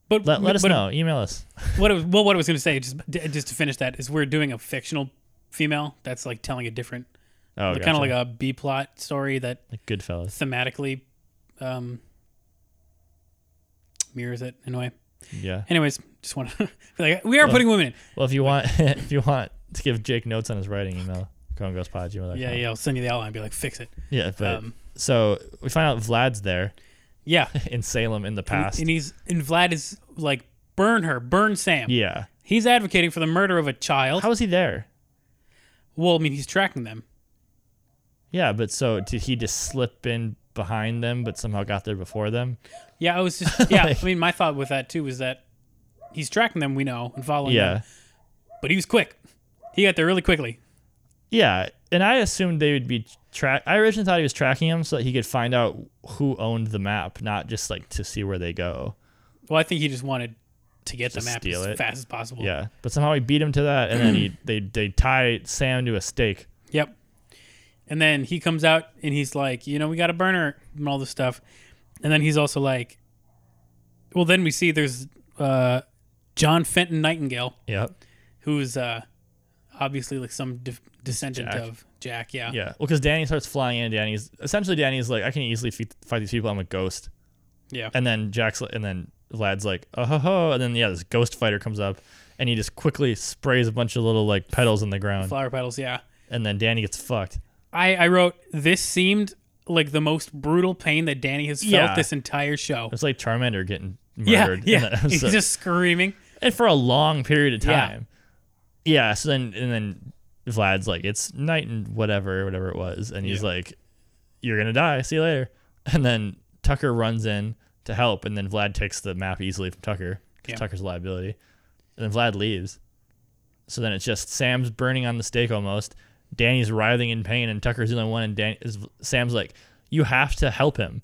Speaker 2: but
Speaker 3: Let, let us
Speaker 2: but-
Speaker 3: know. Email us.
Speaker 2: what I was, well, what I was going to say, just d- just to finish that, is we're doing a fictional female that's like telling a different,
Speaker 3: Oh,
Speaker 2: kind of like a B plot story that
Speaker 3: like Goodfellas.
Speaker 2: thematically um, mirrors it in a way.
Speaker 3: Yeah.
Speaker 2: Anyways, just want to like we are putting women in.
Speaker 3: Well, if you want, if you want to give Jake notes on his writing, email congospod@gmail.com.
Speaker 2: Yeah, yeah. I'll send you the outline. and Be like, fix it.
Speaker 3: Yeah, but
Speaker 2: Um,
Speaker 3: so we find out Vlad's there
Speaker 2: Yeah,
Speaker 3: in Salem in the
Speaker 2: and,
Speaker 3: past.
Speaker 2: and he's and Vlad is like, burn her, burn Sam.
Speaker 3: yeah.
Speaker 2: He's advocating for the murder of a child.
Speaker 3: How is he there?
Speaker 2: well, I mean, he's tracking them.
Speaker 3: Yeah, but so did he just slip in behind them, but somehow got there before them?
Speaker 2: Yeah, I was just yeah. I mean, my thought with that too was that he's tracking them. We know and following them.
Speaker 3: Yeah.
Speaker 2: but he was quick. He got there really quickly.
Speaker 3: Yeah. And I assumed they would be track. I originally thought he was tracking him so that he could find out who owned the map, not just like to see where they go.
Speaker 2: Well, I think he just wanted to get the
Speaker 3: Just
Speaker 2: map
Speaker 3: steal
Speaker 2: as
Speaker 3: it.
Speaker 2: fast as possible.
Speaker 3: Yeah. But somehow he beat him to that, and then he they they tie Sam to a stake.
Speaker 2: Yep. And then he comes out and he's like, you know, we got a burner and all this stuff. And then he's also like, well, then we see there's uh, John Fenton Nightingale,
Speaker 3: Yep.
Speaker 2: who's uh, obviously like some de- descendant
Speaker 3: Jack.
Speaker 2: of Jack. Yeah.
Speaker 3: Yeah. Well, because Danny starts flying in. Danny's essentially Danny's like, I can easily feet, fight these people. I'm a ghost.
Speaker 2: Yeah.
Speaker 3: And then Jack's and then Lad's like, oh ho ho. And then yeah, this ghost fighter comes up, and he just quickly sprays a bunch of little like petals in the ground,
Speaker 2: Flower petals. Yeah.
Speaker 3: and then Danny gets fucked.
Speaker 2: I, I wrote, this seemed like the most brutal pain that Danny has felt
Speaker 3: Yeah.
Speaker 2: this entire show.
Speaker 3: It's like Charmander getting
Speaker 2: Yeah.
Speaker 3: murdered. In
Speaker 2: Yeah.
Speaker 3: that
Speaker 2: He's
Speaker 3: episode.
Speaker 2: just screaming.
Speaker 3: and for a long period of
Speaker 2: Yeah.
Speaker 3: time. Yeah. so then and then Vlad's like, it's night and whatever, whatever it was, and he's
Speaker 2: Yeah.
Speaker 3: like, you're gonna die. See you later. And then Tucker runs in to help, and then Vlad takes the map easily from Tucker 'cause
Speaker 2: Yeah.
Speaker 3: Tucker's a liability. And then Vlad leaves. So then it's just Sam's burning on the stake almost. Danny's writhing in pain, and Tucker's the only one. And Dan- is, Sam's like, "You have to help him."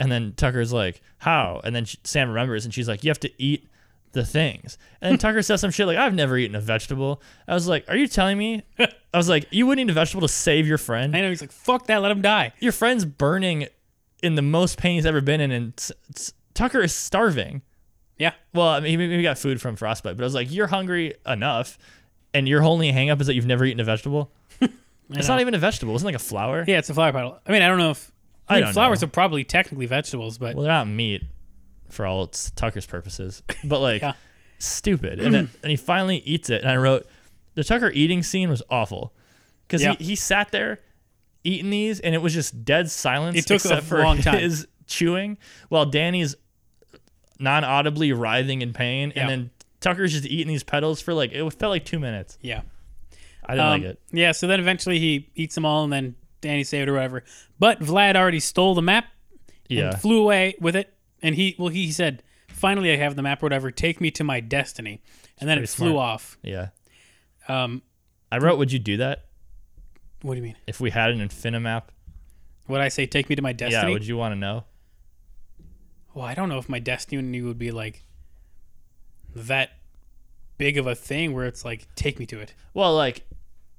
Speaker 3: And then Tucker's like, "How?" And then she, Sam remembers, and she's like, "You have to eat the things." And then Tucker says some shit like, "I've never eaten a vegetable." I was like, "Are you telling me?" I was like, "You wouldn't eat a vegetable to save your friend."
Speaker 2: I know he's like, fuck that, let him die.
Speaker 3: your friend's burning in the most pain he's ever been in, and s- s- Tucker is starving.
Speaker 2: Yeah.
Speaker 3: Well, I mean, he maybe got food from frostbite, but I was like, you're hungry enough, and your only hang up is that you've never eaten a vegetable. it's
Speaker 2: know.
Speaker 3: not even a vegetable. Isn't it like a flower?
Speaker 2: Yeah, it's a flower petal. I mean, I don't know if I,
Speaker 3: I
Speaker 2: mean,
Speaker 3: don't
Speaker 2: flowers
Speaker 3: know.
Speaker 2: are probably technically vegetables, but
Speaker 3: Well, they're not meat for all it's Tucker's purposes, but like
Speaker 2: Yeah.
Speaker 3: stupid. And then and he finally eats it, and I wrote the Tucker eating scene was awful because
Speaker 2: Yeah.
Speaker 3: he, he sat there eating these, and it was just dead silence.
Speaker 2: It took a
Speaker 3: except for
Speaker 2: long time.
Speaker 3: His chewing while Danny's non audibly writhing in pain,
Speaker 2: Yeah.
Speaker 3: and then Tucker's just eating these petals for like it felt like two minutes.
Speaker 2: yeah.
Speaker 3: I didn't
Speaker 2: Um,
Speaker 3: like it.
Speaker 2: Yeah, so then eventually he eats them all and then Danny saved or whatever. But Vlad already stole the map
Speaker 3: Yeah,
Speaker 2: and flew away with it. And he, well, he said, finally I have the map or whatever. Take me to my destiny. And then it
Speaker 3: pretty
Speaker 2: flew
Speaker 3: smart.
Speaker 2: off.
Speaker 3: yeah.
Speaker 2: Um,
Speaker 3: I wrote, would you do that
Speaker 2: what do you mean?
Speaker 3: if we had an Infinimap?
Speaker 2: Would I say take me to my
Speaker 3: Yeah,
Speaker 2: destiny?
Speaker 3: would you want to know?
Speaker 2: well, I don't know if my destiny would be like that big of a thing where it's like take me to it.
Speaker 3: Well, like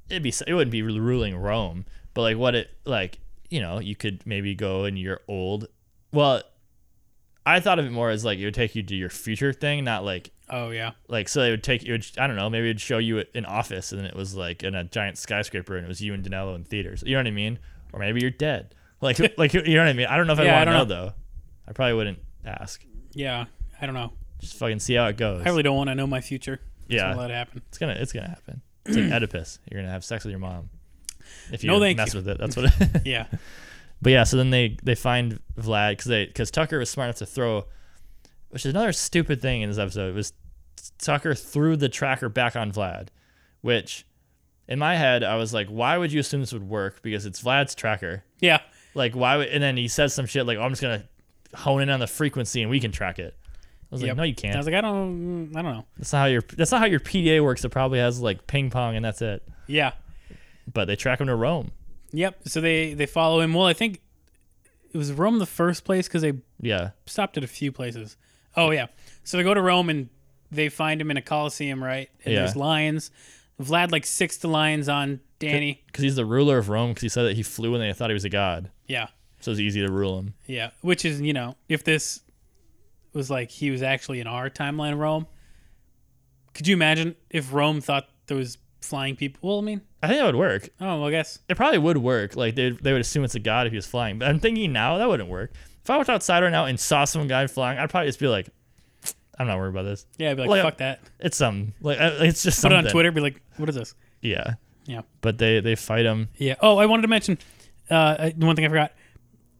Speaker 3: it'd be it wouldn't be ruling Rome, but like what it like you know you could maybe go in your old. Well, I thought of it more as like it would take you to your future thing, not like
Speaker 2: Oh yeah,
Speaker 3: like so it would take you. I don't know, maybe it'd show you an office and it was like in a giant skyscraper and it was you and Danilo in theaters. You know what I mean? Or maybe you're dead. Like like you know what I mean? I don't know if
Speaker 2: Yeah, I
Speaker 3: I want to know
Speaker 2: don't
Speaker 3: though. I probably wouldn't ask.
Speaker 2: yeah. I don't know.
Speaker 3: Just fucking see how it goes.
Speaker 2: I really don't want to know my future. Just
Speaker 3: Yeah.
Speaker 2: wanna let it happen.
Speaker 3: It's gonna it's gonna happen. It's like Oedipus. You're gonna have sex with your mom. If you
Speaker 2: No, thank
Speaker 3: mess
Speaker 2: you.
Speaker 3: with it, that's what. It,
Speaker 2: Yeah,
Speaker 3: but yeah, so then they they find Vlad because they because Tucker was smart enough to throw, which is another stupid thing in this episode. was Tucker threw the tracker back on Vlad, which in my head I was like, why would you assume this would work? Because it's Vlad's tracker.
Speaker 2: yeah,
Speaker 3: Like why? Would, and then he says some shit like, oh, I'm just gonna hone in on the frequency and we can track it. I was
Speaker 2: Yep.
Speaker 3: like, no, you can't.
Speaker 2: I was like, I don't, mm, I don't know.
Speaker 3: that's not how your that's not how your PDA works. It probably has like ping pong and that's it.
Speaker 2: Yeah,
Speaker 3: But they track him to Rome.
Speaker 2: yep. So they they follow him. Well, I think it was Rome the first place because they
Speaker 3: Yeah.
Speaker 2: stopped at a few places. Oh yeah, so they go to Rome and they find him in a coliseum, right? And
Speaker 3: Yeah.
Speaker 2: there's lions. Vlad like six the lions on Danny.
Speaker 3: Because he's the ruler of Rome because he said that he flew and they thought he was a god.
Speaker 2: Yeah,
Speaker 3: So it's easy to rule him.
Speaker 2: yeah. Which is you know if this was like he was actually in our timeline, Rome. Could you imagine if Rome thought there was flying people? Well, I mean,
Speaker 3: I think that would work.
Speaker 2: oh, well, I guess.
Speaker 3: It probably would work. Like they, they would assume it's a god if he was flying. But I'm thinking now that wouldn't work. If I walked outside right now and saw some guy flying, I'd probably just be like, I'm not worried about this.
Speaker 2: Yeah, I'd be like,
Speaker 3: Like,
Speaker 2: fuck that.
Speaker 3: It's some like uh, it's just
Speaker 2: Put
Speaker 3: something.
Speaker 2: it on Twitter. Be like, what is this?
Speaker 3: Yeah.
Speaker 2: Yeah,
Speaker 3: But they they fight him.
Speaker 2: yeah. Oh, I wanted to mention uh, uh, one thing I forgot.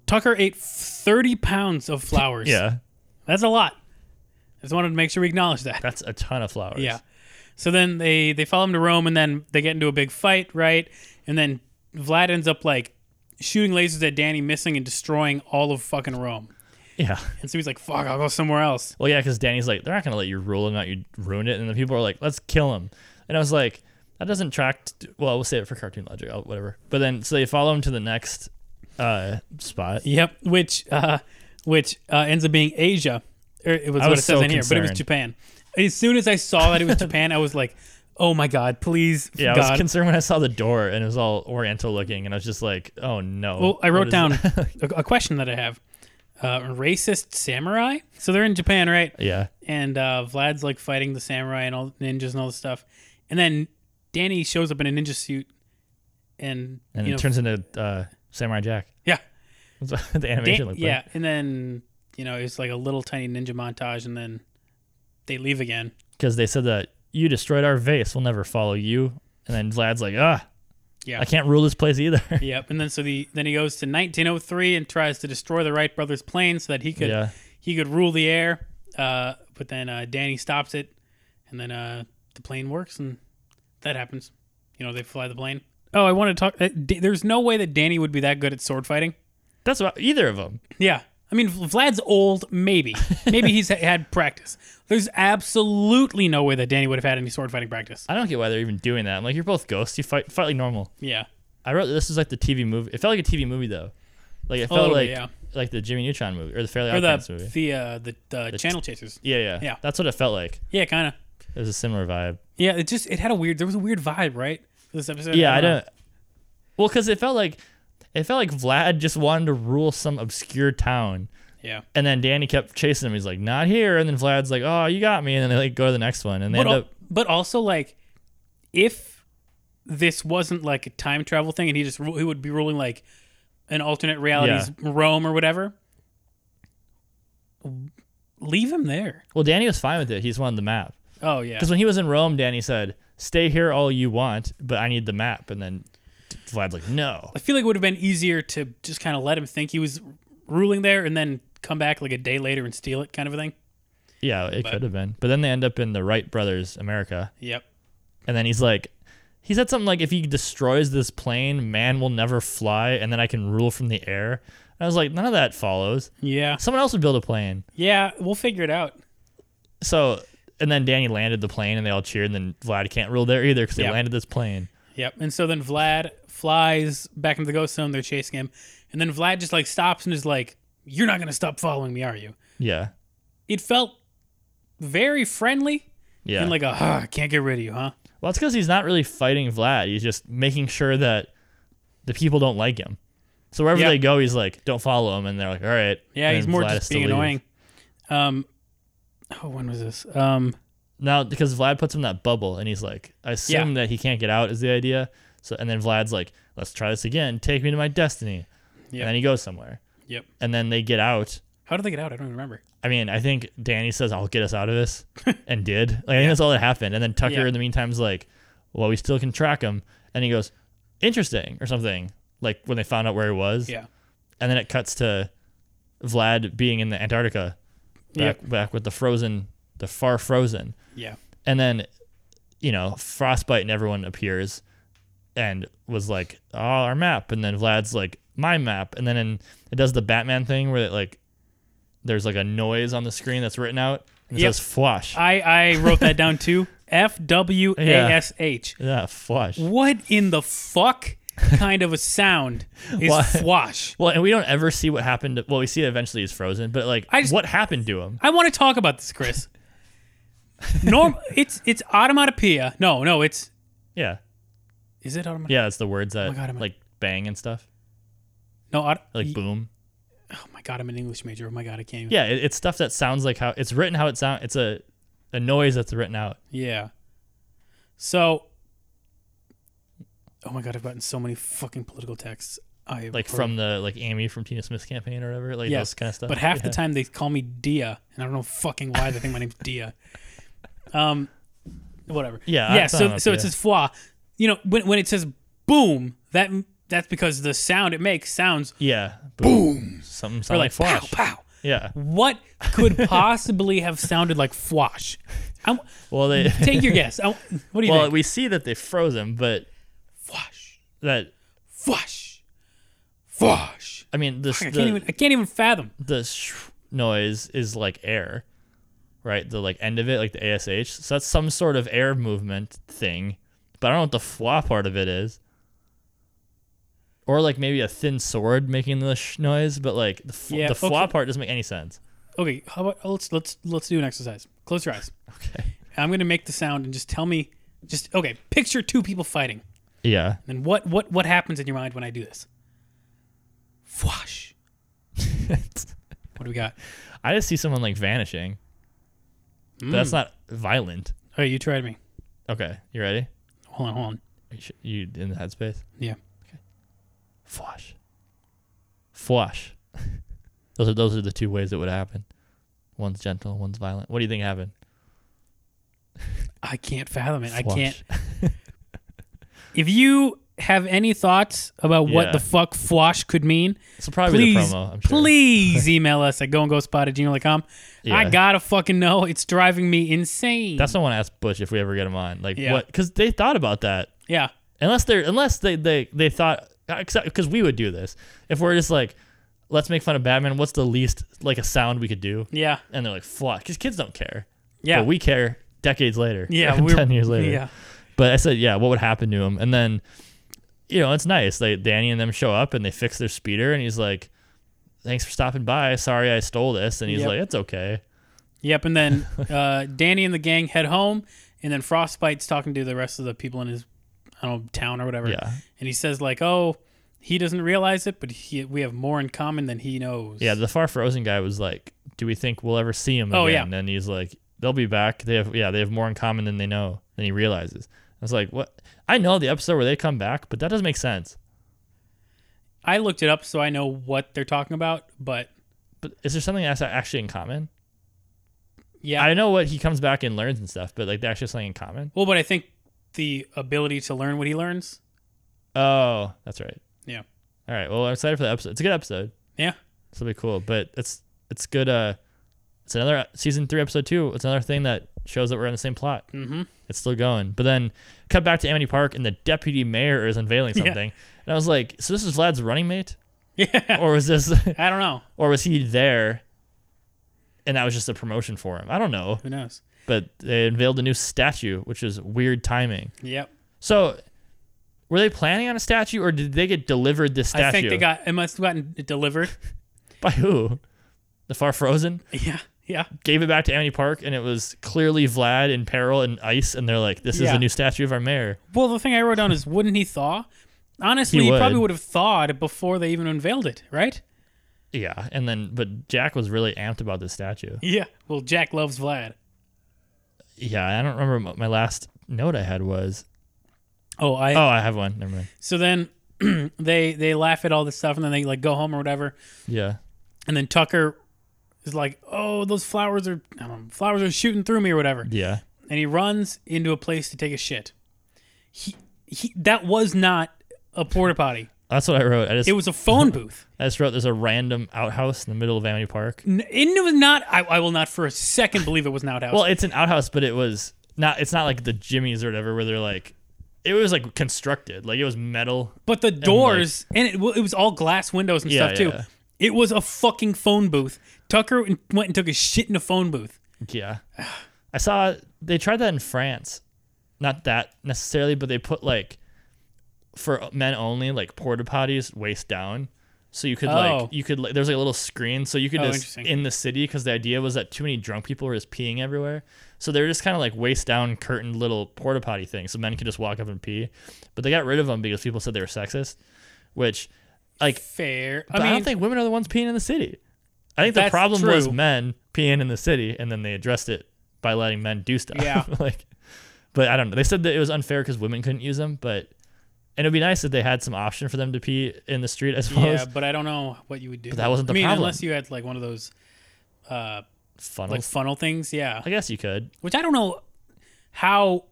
Speaker 2: Tucker ate thirty pounds of flowers.
Speaker 3: Yeah.
Speaker 2: that's a lot. I just wanted to make sure we acknowledge that.
Speaker 3: That's a ton of flowers.
Speaker 2: Yeah. So then they they follow him to Rome, and then they get into a big fight, right? And then Vlad ends up like shooting lasers at Danny, missing and destroying all of fucking Rome.
Speaker 3: Yeah.
Speaker 2: And so he's like, "Fuck, I'll go somewhere else."
Speaker 3: Well, yeah, because Danny's like, they're not gonna let you rule him out. You ruin it, and the people are like, let's kill him. And I was like, that doesn't track. T- well, we'll save it for cartoon logic, oh, whatever. But then, so they follow him to the next uh, spot.
Speaker 2: Yep. Which uh, which uh, ends up being Asia. Or it was
Speaker 3: I
Speaker 2: what
Speaker 3: was
Speaker 2: it says
Speaker 3: so
Speaker 2: in here, but it was
Speaker 3: concerned.
Speaker 2: Japan. As soon as I saw that it was Japan, I was like, "Oh my god, please,
Speaker 3: Yeah, I
Speaker 2: God."
Speaker 3: was concerned when I saw the door and it was all Oriental looking, and I was just like, oh no.
Speaker 2: well, I
Speaker 3: What
Speaker 2: wrote
Speaker 3: is
Speaker 2: down
Speaker 3: that?
Speaker 2: a, a question that I have. uh, racist samurai. So they're in Japan, right?
Speaker 3: Yeah.
Speaker 2: And uh, Vlad's like fighting the samurai and all the ninjas and all this stuff. And then Danny shows up in a ninja suit, and,
Speaker 3: And
Speaker 2: you know,
Speaker 3: it turns into uh, Samurai Jack.
Speaker 2: yeah,
Speaker 3: That's what the
Speaker 2: Dan-
Speaker 3: animation looked
Speaker 2: yeah. And then you know it's like a little tiny ninja montage, and then they leave again.
Speaker 3: Because they said that you destroyed our vase, we'll never follow you. And then Vlad's like, ah,
Speaker 2: Yeah.
Speaker 3: I can't rule this place either.
Speaker 2: Yep, and then so the then he goes to 1903 and tries to destroy the Wright brothers' plane so that he could
Speaker 3: Yeah.
Speaker 2: he could rule the air. Uh, but then uh, Danny stops it, and then uh, the plane works, and that happens. You know, they fly the plane. Oh, I want to talk. Uh, D- there's no way that Danny would be that good at sword fighting.
Speaker 3: That's what either of them.
Speaker 2: Yeah, I mean V- Vlad's old, maybe, maybe he's ha- had practice. There's absolutely no way that Danny would have had any sword fighting practice.
Speaker 3: I don't get why they're even doing that. I'm like, you're both ghosts. You fight, fight like normal.
Speaker 2: Yeah,
Speaker 3: I wrote that this is like the TV movie. It felt like a TV movie though. Like it felt
Speaker 2: little
Speaker 3: like
Speaker 2: bit, Oh, yeah.
Speaker 3: like the Jimmy Neutron movie or the Fairly
Speaker 2: or
Speaker 3: Odd Parents
Speaker 2: the
Speaker 3: movie.
Speaker 2: the uh, the, the channel chasers.
Speaker 3: yeah, yeah,
Speaker 2: yeah.
Speaker 3: That's what it felt like.
Speaker 2: Yeah, kind of.
Speaker 3: It was a similar vibe.
Speaker 2: Yeah, it just it had a weird. There was a weird vibe, right? For this episode.
Speaker 3: Yeah, I
Speaker 2: know.
Speaker 3: don't. Well, because it felt like it felt like Vlad just wanted to rule some obscure town,
Speaker 2: Yeah.
Speaker 3: and then Danny kept chasing him. He's like, "Not here," and then Vlad's like, "Oh, you got me," and then they like go to the next one, and uh, they
Speaker 2: But,
Speaker 3: end
Speaker 2: al-
Speaker 3: up.
Speaker 2: but also like, if this wasn't like a time travel thing, and he just ru- he would be ruling like an alternate reality's Rome or whatever. Leave him there.
Speaker 3: Well, Danny was fine with it. He just wanted the map
Speaker 2: Oh yeah.
Speaker 3: because when he was in Rome, Danny said, "Stay here all you want, but I need the map," and then Vlad's like, "No."
Speaker 2: I feel like it would have been easier to just kind of let him think he was ruling there, and then come back like a day later and steal it, kind of a thing.
Speaker 3: Yeah, it
Speaker 2: But-
Speaker 3: could have been. But then they end up in the Wright brothers America,
Speaker 2: Yep.
Speaker 3: and then he's like, he said something like, "If he destroys this plane, man will never fly, and then I can rule from the air." And I was like, none of that follows.
Speaker 2: Yeah.
Speaker 3: Someone else would build a plane.
Speaker 2: Yeah. We'll figure it out.
Speaker 3: So, and then Danny landed the plane, and they all cheered. And then Vlad can't rule there either because they
Speaker 2: Yeah.
Speaker 3: landed this plane.
Speaker 2: Yep. And so then Vlad flies back into the ghost zone. They're chasing him. And then Vlad just like stops and is like, You're not going to stop following me, are you?
Speaker 3: Yeah,
Speaker 2: It felt very friendly
Speaker 3: yeah.
Speaker 2: and like a, "Ah, I can't get rid of you, huh?
Speaker 3: well, it's because he's not really fighting Vlad. He's just making sure that the people don't like him. So wherever
Speaker 2: Yeah.
Speaker 3: they go, he's like, "Don't follow him," and they're like, "All right."
Speaker 2: Yeah,
Speaker 3: And
Speaker 2: he's
Speaker 3: then
Speaker 2: more
Speaker 3: Vlad has
Speaker 2: just
Speaker 3: to
Speaker 2: being
Speaker 3: leave.
Speaker 2: annoying. Um, oh, when was this? Um,
Speaker 3: now because Vlad puts him in that bubble and he's like, I assume that he can't get out is the idea. So and then Vlad's like, let's try this again. Take me to my destiny.
Speaker 2: Yeah.
Speaker 3: And then he goes somewhere.
Speaker 2: yep.
Speaker 3: And then they get out.
Speaker 2: How did they get out? I don't even remember.
Speaker 3: I mean, I think Danny says, I'll get us out of this and did. Like, I think that's all that happened. And then Tucker
Speaker 2: Yeah.
Speaker 3: in the meantime's like, well, we still can track him. And he goes, interesting or something. Like when they found out where he was.
Speaker 2: Yeah.
Speaker 3: And then it cuts to Vlad being in the Antarctica back, back with the frozen, the far frozen.
Speaker 2: Yeah.
Speaker 3: and then you know frostbite and everyone appears and was like oh our map and then vlad's like my map and then in, it does the batman thing where it like there's like a noise on the screen that's written out and it
Speaker 2: Yep. Uh,
Speaker 3: says flush
Speaker 2: I, I wrote that down too. F W A S H.
Speaker 3: yeah flush
Speaker 2: What in the fuck kind of a sound is
Speaker 3: Why-
Speaker 2: fwash?
Speaker 3: well and we don't ever see what happened to, well we see it eventually he's frozen but like
Speaker 2: I just-
Speaker 3: what happened to him
Speaker 2: I want to talk about this, Chris. Norm, it's it's automatopoeia. No, no, it's
Speaker 3: yeah
Speaker 2: is it automatopoeia?
Speaker 3: yeah that's the words that
Speaker 2: Oh my God, I'm-
Speaker 3: like bang and stuff
Speaker 2: No, aut-
Speaker 3: like
Speaker 2: y-
Speaker 3: boom
Speaker 2: oh my god, I'm an English major. Oh my god, I can't. Even,
Speaker 3: yeah it, it's stuff that sounds like how it's written how it sounds it's a a noise that's written out
Speaker 2: yeah. So, oh my god, I've gotten so many fucking political texts. I
Speaker 3: like from the like Amy from Tina Smith's campaign or whatever, like
Speaker 2: yes,
Speaker 3: those kind of stuff.
Speaker 2: But half the
Speaker 3: Yeah.
Speaker 2: time they call me Dia, and I don't know fucking why they think my name's Dia. Um, whatever.
Speaker 3: Yeah, I
Speaker 2: Yeah.
Speaker 3: thought
Speaker 2: So
Speaker 3: about
Speaker 2: so it
Speaker 3: Dia.
Speaker 2: says foie. You know when when it says boom that that's because the sound it makes sounds
Speaker 3: yeah, boom, something sound
Speaker 2: or
Speaker 3: like
Speaker 2: like
Speaker 3: flash.
Speaker 2: pow pow.
Speaker 3: Yeah,
Speaker 2: What could possibly have sounded like fwash? I'm,
Speaker 3: well they
Speaker 2: take your guess. I, what do you
Speaker 3: well
Speaker 2: think?
Speaker 3: we see that they froze him, but
Speaker 2: Fwash,
Speaker 3: that
Speaker 2: fwash, fwash.
Speaker 3: I mean this
Speaker 2: I
Speaker 3: the
Speaker 2: can't even. I can't even fathom.
Speaker 3: the sh- noise is like air, right? The like end of it, like the ash. So that's some sort of air movement thing, but I don't know what the flaw part of it is. Or like maybe a thin sword making the sh- noise, but like the, fl-
Speaker 2: Yeah,
Speaker 3: the flaw
Speaker 2: okay.
Speaker 3: part doesn't make any sense.
Speaker 2: Okay, how about let's let's let's do an exercise. Close your eyes.
Speaker 3: Okay.
Speaker 2: I'm gonna make the sound and just tell me. Just okay. Picture two people fighting.
Speaker 3: Yeah.
Speaker 2: And what what what happens in your mind when I do this? Fwash. What do we got?
Speaker 3: I just see someone like vanishing.
Speaker 2: Hmm.
Speaker 3: But That's not violent.
Speaker 2: Oh, you tried me.
Speaker 3: Okay, you ready?
Speaker 2: Hold on, hold on.
Speaker 3: Are you, sh- you in the headspace?
Speaker 2: Yeah.
Speaker 3: Flush. Flush. those are those are the two ways it would happen. One's gentle, one's violent. What do you think happened?
Speaker 2: I can't fathom it. I
Speaker 3: Flush.
Speaker 2: can't. If you have any thoughts about what
Speaker 3: Yeah.
Speaker 2: the fuck fwash could mean,
Speaker 3: This will probably be
Speaker 2: please,
Speaker 3: the promo. I'm sure.
Speaker 2: please email us at goandgospot at gmail.com. I
Speaker 3: Yeah.
Speaker 2: gotta fucking know. It's driving me insane.
Speaker 3: That's someone asked Bush if we ever get him on. Like
Speaker 2: Yeah.
Speaker 3: what? Because they thought about that.
Speaker 2: yeah.
Speaker 3: Unless they're unless they they they thought because we would do this if we're just like let's make fun of Batman. What's the least like a sound we could do?
Speaker 2: Yeah.
Speaker 3: And they're like fuck because kids don't care.
Speaker 2: Yeah.
Speaker 3: But we care decades later.
Speaker 2: yeah. we're-
Speaker 3: ten years later.
Speaker 2: Yeah.
Speaker 3: But I said, yeah, what would happen to him? And then, you know, it's nice. Like Danny and them show up and they fix their speeder, and he's like, "Thanks for stopping by. Sorry I stole this." And he's
Speaker 2: Yep.
Speaker 3: like, "It's okay."
Speaker 2: Yep. And then uh, Danny and the gang head home, and then Frostbite's talking to the rest of the people in his, I don't know, town or whatever.
Speaker 3: Yeah.
Speaker 2: And he says like, "Oh, he doesn't realize it, but he, we have more in common than he knows."
Speaker 3: Yeah, the far frozen guy was like, "Do we think we'll ever see him?"
Speaker 2: Oh,
Speaker 3: again?
Speaker 2: yeah.
Speaker 3: And he's like, "They'll be back. They have yeah, they have more in common than they know." Than he realizes. I was like, "What?" I know the episode where they come back, but that doesn't make sense.
Speaker 2: I looked it up, so I know what they're talking about. But
Speaker 3: But is there something that's actually in common?
Speaker 2: yeah,
Speaker 3: I know what he comes back and learns and stuff, but like, they actually have something in common.
Speaker 2: well, but I think the ability to learn what he learns.
Speaker 3: Oh, that's right.
Speaker 2: Yeah.
Speaker 3: All right. Well, I'm excited for the episode. It's a good episode.
Speaker 2: Yeah.
Speaker 3: This will be cool. But it's it's good. Uh, it's another season three, episode two. It's another thing that shows that we're on the same plot. Mm-hmm. It's still going. But then cut back to Amity Park, and the deputy mayor is unveiling
Speaker 2: Yeah.
Speaker 3: something, and I was like, so this is Vlad's running mate,
Speaker 2: Yeah.
Speaker 3: or was this,
Speaker 2: I don't know.
Speaker 3: or was he there? And that was just a promotion for him. I don't know,
Speaker 2: Who knows?
Speaker 3: but they unveiled a new statue, which is weird timing.
Speaker 2: Yep.
Speaker 3: So, were they planning on a statue, or did they get delivered this statue?
Speaker 2: I think they got it must have gotten it delivered.
Speaker 3: By who? The Far Frozen
Speaker 2: yeah. Yeah.
Speaker 3: gave it back to Amity Park, and it was clearly Vlad in peril and ice, and they're like, "This is
Speaker 2: Yeah.
Speaker 3: the new statue of our mayor."
Speaker 2: Well, the thing I wrote down is, wouldn't he thaw? Honestly,
Speaker 3: He
Speaker 2: he, probably
Speaker 3: would.
Speaker 2: would have thawed before they even unveiled it, right?
Speaker 3: Yeah, and then but Jack was really amped about this statue.
Speaker 2: Yeah. Well, Jack loves Vlad.
Speaker 3: Yeah, I don't remember what my last note I had was.
Speaker 2: Oh, I.
Speaker 3: Oh, I have one. Never mind.
Speaker 2: So then they they laugh at all this stuff, and then they like go home or whatever,
Speaker 3: Yeah,
Speaker 2: and then Tucker is like, "Oh, those flowers are I don't know, flowers are shooting through me or whatever,"
Speaker 3: yeah.
Speaker 2: and he runs into a place to take a shit. He he, that was not a porta potty.
Speaker 3: That's what I wrote. I just
Speaker 2: It was a phone booth.
Speaker 3: I just wrote there's a random outhouse in the middle of Amity Park.
Speaker 2: N- It was not. I, I will not for a second believe it was an outhouse.
Speaker 3: Well, it's an outhouse, but it was not. It's not like the Jimmys or whatever, where they're like, it was like constructed, like it was metal.
Speaker 2: But the doors and, it, well, it was all glass windows and
Speaker 3: Yeah,
Speaker 2: stuff too.
Speaker 3: yeah.
Speaker 2: It was a fucking phone booth. Tucker went and took a shit in a phone booth.
Speaker 3: Yeah. I saw they tried that in France. Not that necessarily, but they put like for men only, like porta potties waist down. So you could
Speaker 2: Oh.
Speaker 3: like you could like there's like a little screen so you could
Speaker 2: Oh,
Speaker 3: just
Speaker 2: interesting.
Speaker 3: in the city because the idea was that too many drunk people were just peeing everywhere. So they were just kind of like waist down curtained little porta potty things so men could just walk up and pee. But they got rid of them because people said they were sexist, which like
Speaker 2: Fair. I
Speaker 3: but I,
Speaker 2: mean,
Speaker 3: don't think women are the ones peeing in the city. I think the
Speaker 2: That's
Speaker 3: problem was
Speaker 2: true.
Speaker 3: men peeing in the city, and then they addressed it by letting men do stuff.
Speaker 2: Yeah.
Speaker 3: like, but I don't know. They said that it was unfair because women couldn't use them, but and it'd be nice if they had some option for them to pee in the street, I suppose.
Speaker 2: yeah, but I don't know what you would do. But
Speaker 3: that wasn't
Speaker 2: I
Speaker 3: the
Speaker 2: mean,
Speaker 3: problem.
Speaker 2: unless you had like one of those like
Speaker 3: Funnels.
Speaker 2: funnel things. Yeah,
Speaker 3: I guess you could.
Speaker 2: which I don't know how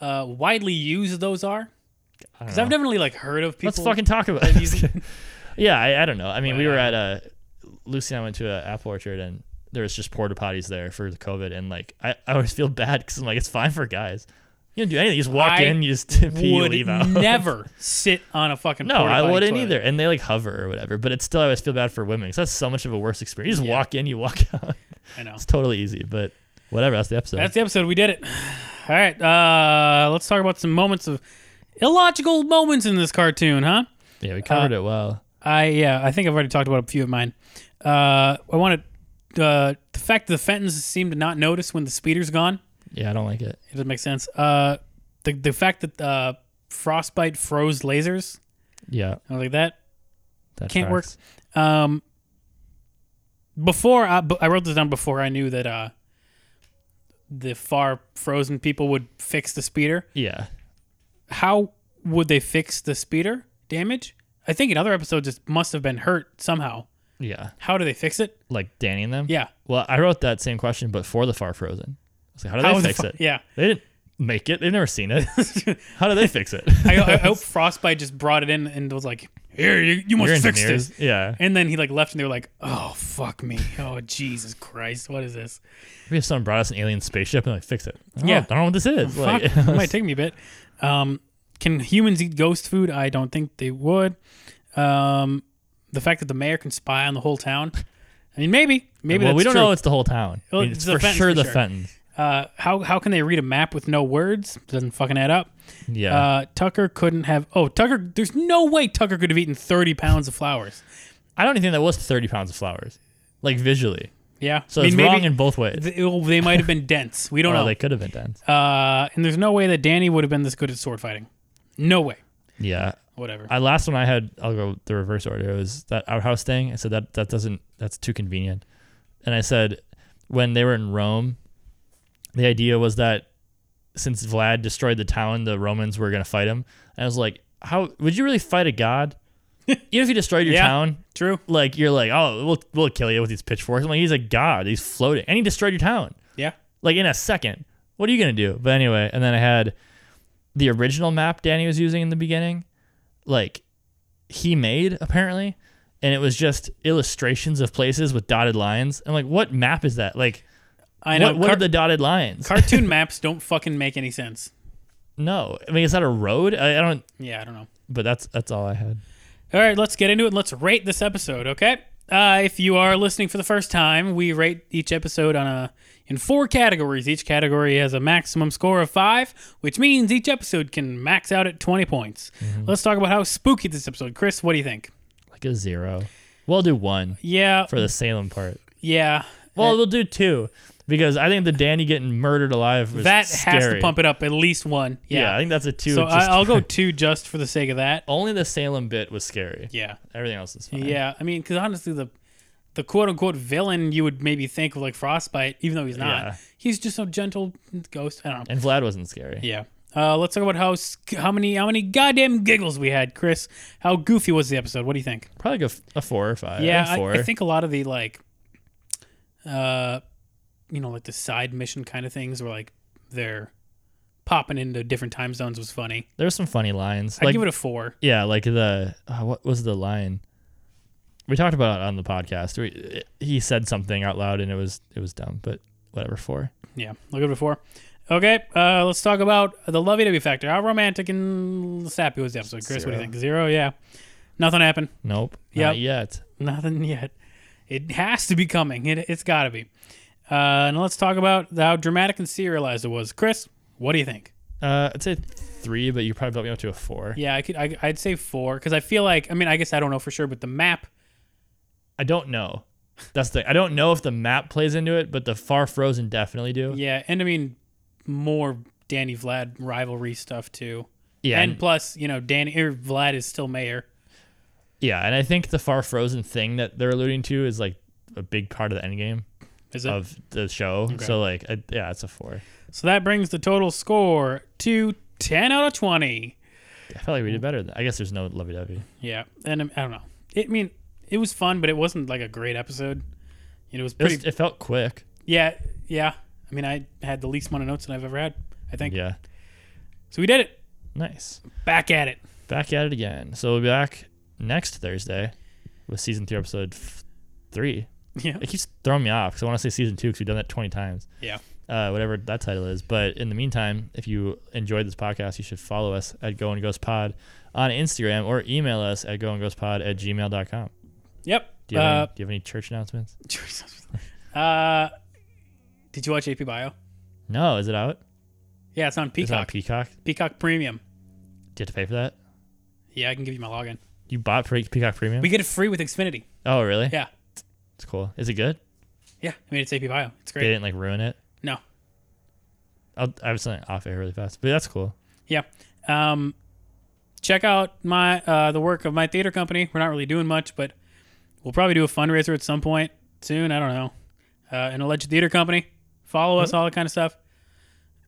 Speaker 2: uh, widely used those are. Because I've definitely like heard of people.
Speaker 3: Let's fucking talk about
Speaker 2: that
Speaker 3: it.
Speaker 2: use-
Speaker 3: yeah, I, I don't know. I mean, we were at a Lucy and I went to an apple orchard, and there was just porta potties there for the COVID, and like I, I always feel bad because I'm like it's fine for guys. You don't do anything. You just walk
Speaker 2: I
Speaker 3: in, you just pee, you
Speaker 2: would
Speaker 3: leave out.
Speaker 2: never sit on a fucking
Speaker 3: No,
Speaker 2: porta
Speaker 3: I
Speaker 2: potty
Speaker 3: wouldn't
Speaker 2: toilet.
Speaker 3: either. And they like hover or whatever. But it's still, I always feel bad for women because that's so much of a worse experience. You just walk in, you walk out.
Speaker 2: I know.
Speaker 3: It's totally easy, but whatever. That's the episode.
Speaker 2: That's the episode. We did it. All right. Uh, let's talk about some moments of illogical moments in this cartoon, huh?
Speaker 3: yeah, we
Speaker 2: uh,
Speaker 3: covered it well.
Speaker 2: I yeah. I think I've already talked about a few of mine. Uh, I want to uh, the fact that the Fentons seem to not notice when the speeder's gone.
Speaker 3: Yeah, I don't like it.
Speaker 2: It doesn't make sense. Uh, the the fact that uh, frostbite froze lasers.
Speaker 3: Yeah,
Speaker 2: I was like that
Speaker 3: that
Speaker 2: can't
Speaker 3: tracks.
Speaker 2: work. Um, before I, bu- I wrote this down before I knew that uh, the far frozen people would fix the speeder.
Speaker 3: Yeah.
Speaker 2: How would they fix the speeder damage? I think in other episodes it must have been hurt somehow.
Speaker 3: Yeah.
Speaker 2: How do they fix it?
Speaker 3: Like Danny and them?
Speaker 2: Yeah.
Speaker 3: Well, I wrote that same question, but for the Far Frozen. I was like, how do
Speaker 2: How
Speaker 3: they
Speaker 2: the
Speaker 3: fix
Speaker 2: fu-
Speaker 3: it?
Speaker 2: Yeah.
Speaker 3: They didn't make it. They've never seen it. how do they fix it?
Speaker 2: I, I hope Frostbite just brought it in and was like, "Here, you, you
Speaker 3: You're
Speaker 2: must fix
Speaker 3: engineers.
Speaker 2: this."
Speaker 3: Yeah.
Speaker 2: And then he like left, and they were like, "Oh fuck me! Oh Jesus Christ! What is this?
Speaker 3: Maybe if someone brought us an alien spaceship and like fix it. I don't
Speaker 2: Yeah.
Speaker 3: know- I don't know what this is.
Speaker 2: Fuck!
Speaker 3: Like,
Speaker 2: it might take me a bit." Um, can humans eat ghost food? I don't think they would. Um, the fact that the mayor can spy on the whole town. I mean, maybe, maybe.
Speaker 3: well,
Speaker 2: that's
Speaker 3: we don't
Speaker 2: true.
Speaker 3: know. It's the whole town. I
Speaker 2: Well,
Speaker 3: mean, it's
Speaker 2: the
Speaker 3: for
Speaker 2: Fentons
Speaker 3: sure
Speaker 2: for
Speaker 3: the
Speaker 2: sure.
Speaker 3: Fentons.
Speaker 2: Uh, how how can they read a map with no words? Doesn't fucking add up.
Speaker 3: Yeah.
Speaker 2: Uh, Tucker couldn't have. Oh, Tucker. There's no way Tucker could have eaten 30 pounds of flowers.
Speaker 3: I don't even think that was 30 pounds of flowers, like visually.
Speaker 2: Yeah.
Speaker 3: So
Speaker 2: I mean,
Speaker 3: it's
Speaker 2: maybe-
Speaker 3: wrong in both ways.
Speaker 2: Th- well, they might have been dense. We don't
Speaker 3: Or
Speaker 2: know.
Speaker 3: they could have been dense.
Speaker 2: uh, and there's no way that Danny would have been this good at sword fighting. No way.
Speaker 3: Yeah.
Speaker 2: Whatever.
Speaker 3: I last one I had, I'll go the reverse order. It was that outhouse thing. I said that that doesn't that's too convenient. And I said when they were in Rome, the idea was that since Vlad destroyed the town, the Romans were gonna fight him. And I was like, how would you really fight a god? Even if he destroyed your
Speaker 2: Yeah.
Speaker 3: town,
Speaker 2: True.
Speaker 3: like you're like, oh, we'll we'll kill you with these pitchforks. I'm like, he's a god. He's floating, and he destroyed your town
Speaker 2: Yeah.
Speaker 3: like in a second. What are you gonna do? But anyway, and then I had the original map Danny was using in the beginning, like he made apparently, and it was just illustrations of places with dotted lines. I'm like, what map is that? Like,
Speaker 2: I know.
Speaker 3: what, what
Speaker 2: Car-
Speaker 3: are the dotted lines?
Speaker 2: cartoon maps don't fucking make any sense.
Speaker 3: no, I mean, is that a road? I, I don't.
Speaker 2: Yeah, I don't know.
Speaker 3: But that's that's all I had.
Speaker 2: All right, let's get into it. Let's rate this episode, okay? Uh, if you are listening for the first time, we rate each episode on a in four categories. Each category has a maximum score of five, which means each episode can max out at twenty points.
Speaker 3: Mm-hmm.
Speaker 2: Let's talk about how spooky this episode. Chris, what do you think?
Speaker 3: Like a zero. We'll do one
Speaker 2: Yeah,
Speaker 3: for the Salem part.
Speaker 2: yeah.
Speaker 3: Well, we'll do two because I think the Danny getting murdered alive was
Speaker 2: that has to
Speaker 3: scary.
Speaker 2: pump it up at least one.
Speaker 3: Yeah.
Speaker 2: Yeah.
Speaker 3: I think that's a two.
Speaker 2: so I,
Speaker 3: just-
Speaker 2: I'll go two just for the sake of that.
Speaker 3: Only the Salem bit was scary.
Speaker 2: Yeah.
Speaker 3: Everything else is fine.
Speaker 2: Yeah. I mean, because honestly, the the quote unquote villain you would maybe think of like Frostbite, even though he's not.
Speaker 3: Yeah.
Speaker 2: He's just a gentle ghost. I don't know.
Speaker 3: And Vlad wasn't scary.
Speaker 2: Yeah. Uh, let's talk about how sc- how many how many goddamn giggles we had, Chris. How goofy was the episode? What do you think?
Speaker 3: Probably like a, f- a four or five.
Speaker 2: yeah, I,
Speaker 3: four.
Speaker 2: I think a lot of the like, uh, you know, like the side mission kind of things were like they're popping into different time zones was funny.
Speaker 3: there's some funny lines.
Speaker 2: I'd
Speaker 3: Like
Speaker 2: give it a four.
Speaker 3: yeah, like the uh, what was the line? We talked about it on the podcast. We, uh, he said something out loud and it was it was dumb, but whatever. Four.
Speaker 2: Yeah, I'll give it a four. Okay, uh, let's talk about the lovey dovey factor. How romantic and sappy was the episode, Chris? What do you
Speaker 3: Zero.
Speaker 2: think? Zero, yeah. Nothing happened.
Speaker 3: Nope.
Speaker 2: Yep.
Speaker 3: Not yet.
Speaker 2: Nothing yet. It has to be coming. It, it's got to be. Uh, and let's talk about how dramatic and serialized it was. Chris, what do you think?
Speaker 3: Uh, I'd say three, but you probably bumped me up to a four.
Speaker 2: Yeah, I could. I, I'd say four because I feel like. I mean, I guess I don't know for sure, but the map.
Speaker 3: I don't know. That's the. I don't know if the map plays into it, but the Far Frozen definitely do.
Speaker 2: Yeah, and I mean, more Danny Vlad rivalry stuff too.
Speaker 3: Yeah,
Speaker 2: and
Speaker 3: and-
Speaker 2: plus, you know, Danny or Vlad is still mayor.
Speaker 3: Yeah, and I think the Far Frozen thing that they're alluding to is like a big part of the end game
Speaker 2: Is it?
Speaker 3: of the show. So like, I, yeah, it's a four.
Speaker 2: So that brings the total score to 10 out of 20.
Speaker 3: I felt like we did better. Than, I guess there's no lovey dovey.
Speaker 2: Yeah. And um, I don't know. It, I mean, it was fun, but it wasn't like a great episode. You know, It was
Speaker 3: It,
Speaker 2: pretty.
Speaker 3: was- it felt quick.
Speaker 2: yeah. Yeah. I mean, I had the least amount of notes that I've ever had, I think.
Speaker 3: Yeah,
Speaker 2: So we did it.
Speaker 3: nice.
Speaker 2: Back at it.
Speaker 3: Back at it again. So we'll be back next Thursday with season three, episode f- three.
Speaker 2: Yeah.
Speaker 3: It keeps throwing me off because I want to say season two because we've done that 20 times.
Speaker 2: Yeah.
Speaker 3: uh, whatever that title is. But in the meantime, if you enjoyed this podcast, you should follow us at Go and Ghost Pod on Instagram or email us at Go and Ghost Pod at gmail.com.
Speaker 2: Yep.
Speaker 3: Do you, have
Speaker 2: Uh,
Speaker 3: any, do you have any church announcements?
Speaker 2: uh, did you watch AP Bio?
Speaker 3: No, is it out?
Speaker 2: Yeah, it's on
Speaker 3: It's on
Speaker 2: Peacock.
Speaker 3: Peacock.
Speaker 2: Peacock Premium.
Speaker 3: Do you have to pay for that?
Speaker 2: Yeah, I can give you my login.
Speaker 3: You bought Pe- Peacock Premium?
Speaker 2: We get it free with Xfinity.
Speaker 3: oh, really?
Speaker 2: Yeah.
Speaker 3: It's cool. Is it good?
Speaker 2: Yeah. I mean, it's AP Bio. It's
Speaker 3: They
Speaker 2: great.
Speaker 3: didn't like ruin it.
Speaker 2: No.
Speaker 3: I'll, I have something off air really fast, but that's cool.
Speaker 2: Yeah. Um, check out my uh, the work of my theater company. We're not really doing much, but we'll probably do a fundraiser at some point soon. I don't know. Uh, an alleged theater company. Follow us, all that kind of stuff.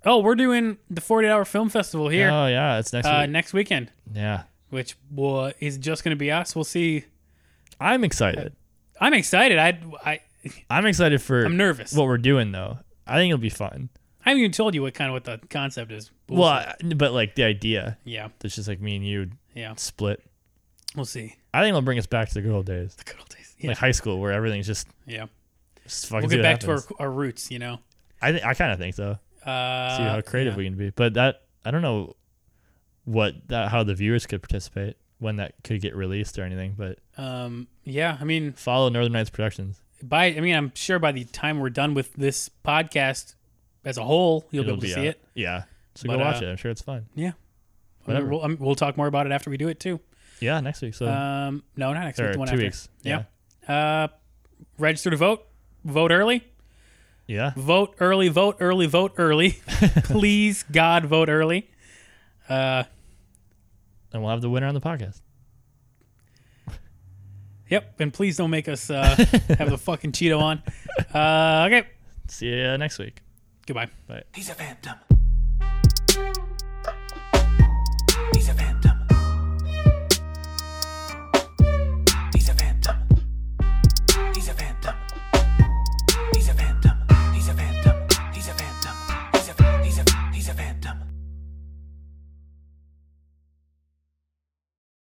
Speaker 2: Oh, we're doing the 48 hour film festival here
Speaker 3: Oh yeah, it's next
Speaker 2: uh,
Speaker 3: week.
Speaker 2: next weekend,
Speaker 3: Yeah,
Speaker 2: which well, is just going to be us. We'll see.
Speaker 3: I'm excited.
Speaker 2: I'm excited. I, I,
Speaker 3: I'm excited for.
Speaker 2: I'm nervous.
Speaker 3: What we're doing though, I think it'll be fun.
Speaker 2: I haven't even told you what kind of what the concept is. We'll
Speaker 3: Well,
Speaker 2: see.
Speaker 3: I- but like the idea,
Speaker 2: yeah,
Speaker 3: it's just like me and you
Speaker 2: yeah.
Speaker 3: split.
Speaker 2: We'll see.
Speaker 3: I think it'll bring us back to the good old days,
Speaker 2: The good old days. Yeah,
Speaker 3: like high school, where everything's just,
Speaker 2: yeah.
Speaker 3: just fucking.
Speaker 2: We'll
Speaker 3: see
Speaker 2: get
Speaker 3: what
Speaker 2: back to our,
Speaker 3: happens.
Speaker 2: our roots, you know.
Speaker 3: I th- I kind of think so.
Speaker 2: Uh,
Speaker 3: See how creative
Speaker 2: yeah.
Speaker 3: we can be, but that I don't know what that how the viewers could participate when that could get released or anything. But
Speaker 2: Um, yeah, I mean,
Speaker 3: follow Northern Nights Productions.
Speaker 2: by I mean, I'm sure by the time we're done with this podcast as a whole, you'll
Speaker 3: It'll
Speaker 2: be able to see
Speaker 3: out.
Speaker 2: it.
Speaker 3: Yeah, so
Speaker 2: But,
Speaker 3: go watch
Speaker 2: uh,
Speaker 3: it. I'm sure it's fun.
Speaker 2: Yeah.
Speaker 3: Whatever.
Speaker 2: We'll, um, we'll talk more about it after we do it too.
Speaker 3: Yeah, next week. So
Speaker 2: Um, no, not next
Speaker 3: or
Speaker 2: week. The
Speaker 3: two
Speaker 2: one after.
Speaker 3: weeks.
Speaker 2: Yeah. Uh, register to vote. Vote early.
Speaker 3: yeah.
Speaker 2: Vote early. Vote early. Vote early. Please, God, vote early. Uh,
Speaker 3: and we'll have the winner on the podcast.
Speaker 2: yep. And please don't make us uh, have the fucking Cheeto on. Uh, okay.
Speaker 3: See you next week.
Speaker 2: Goodbye.
Speaker 3: Bye.
Speaker 1: He's a phantom.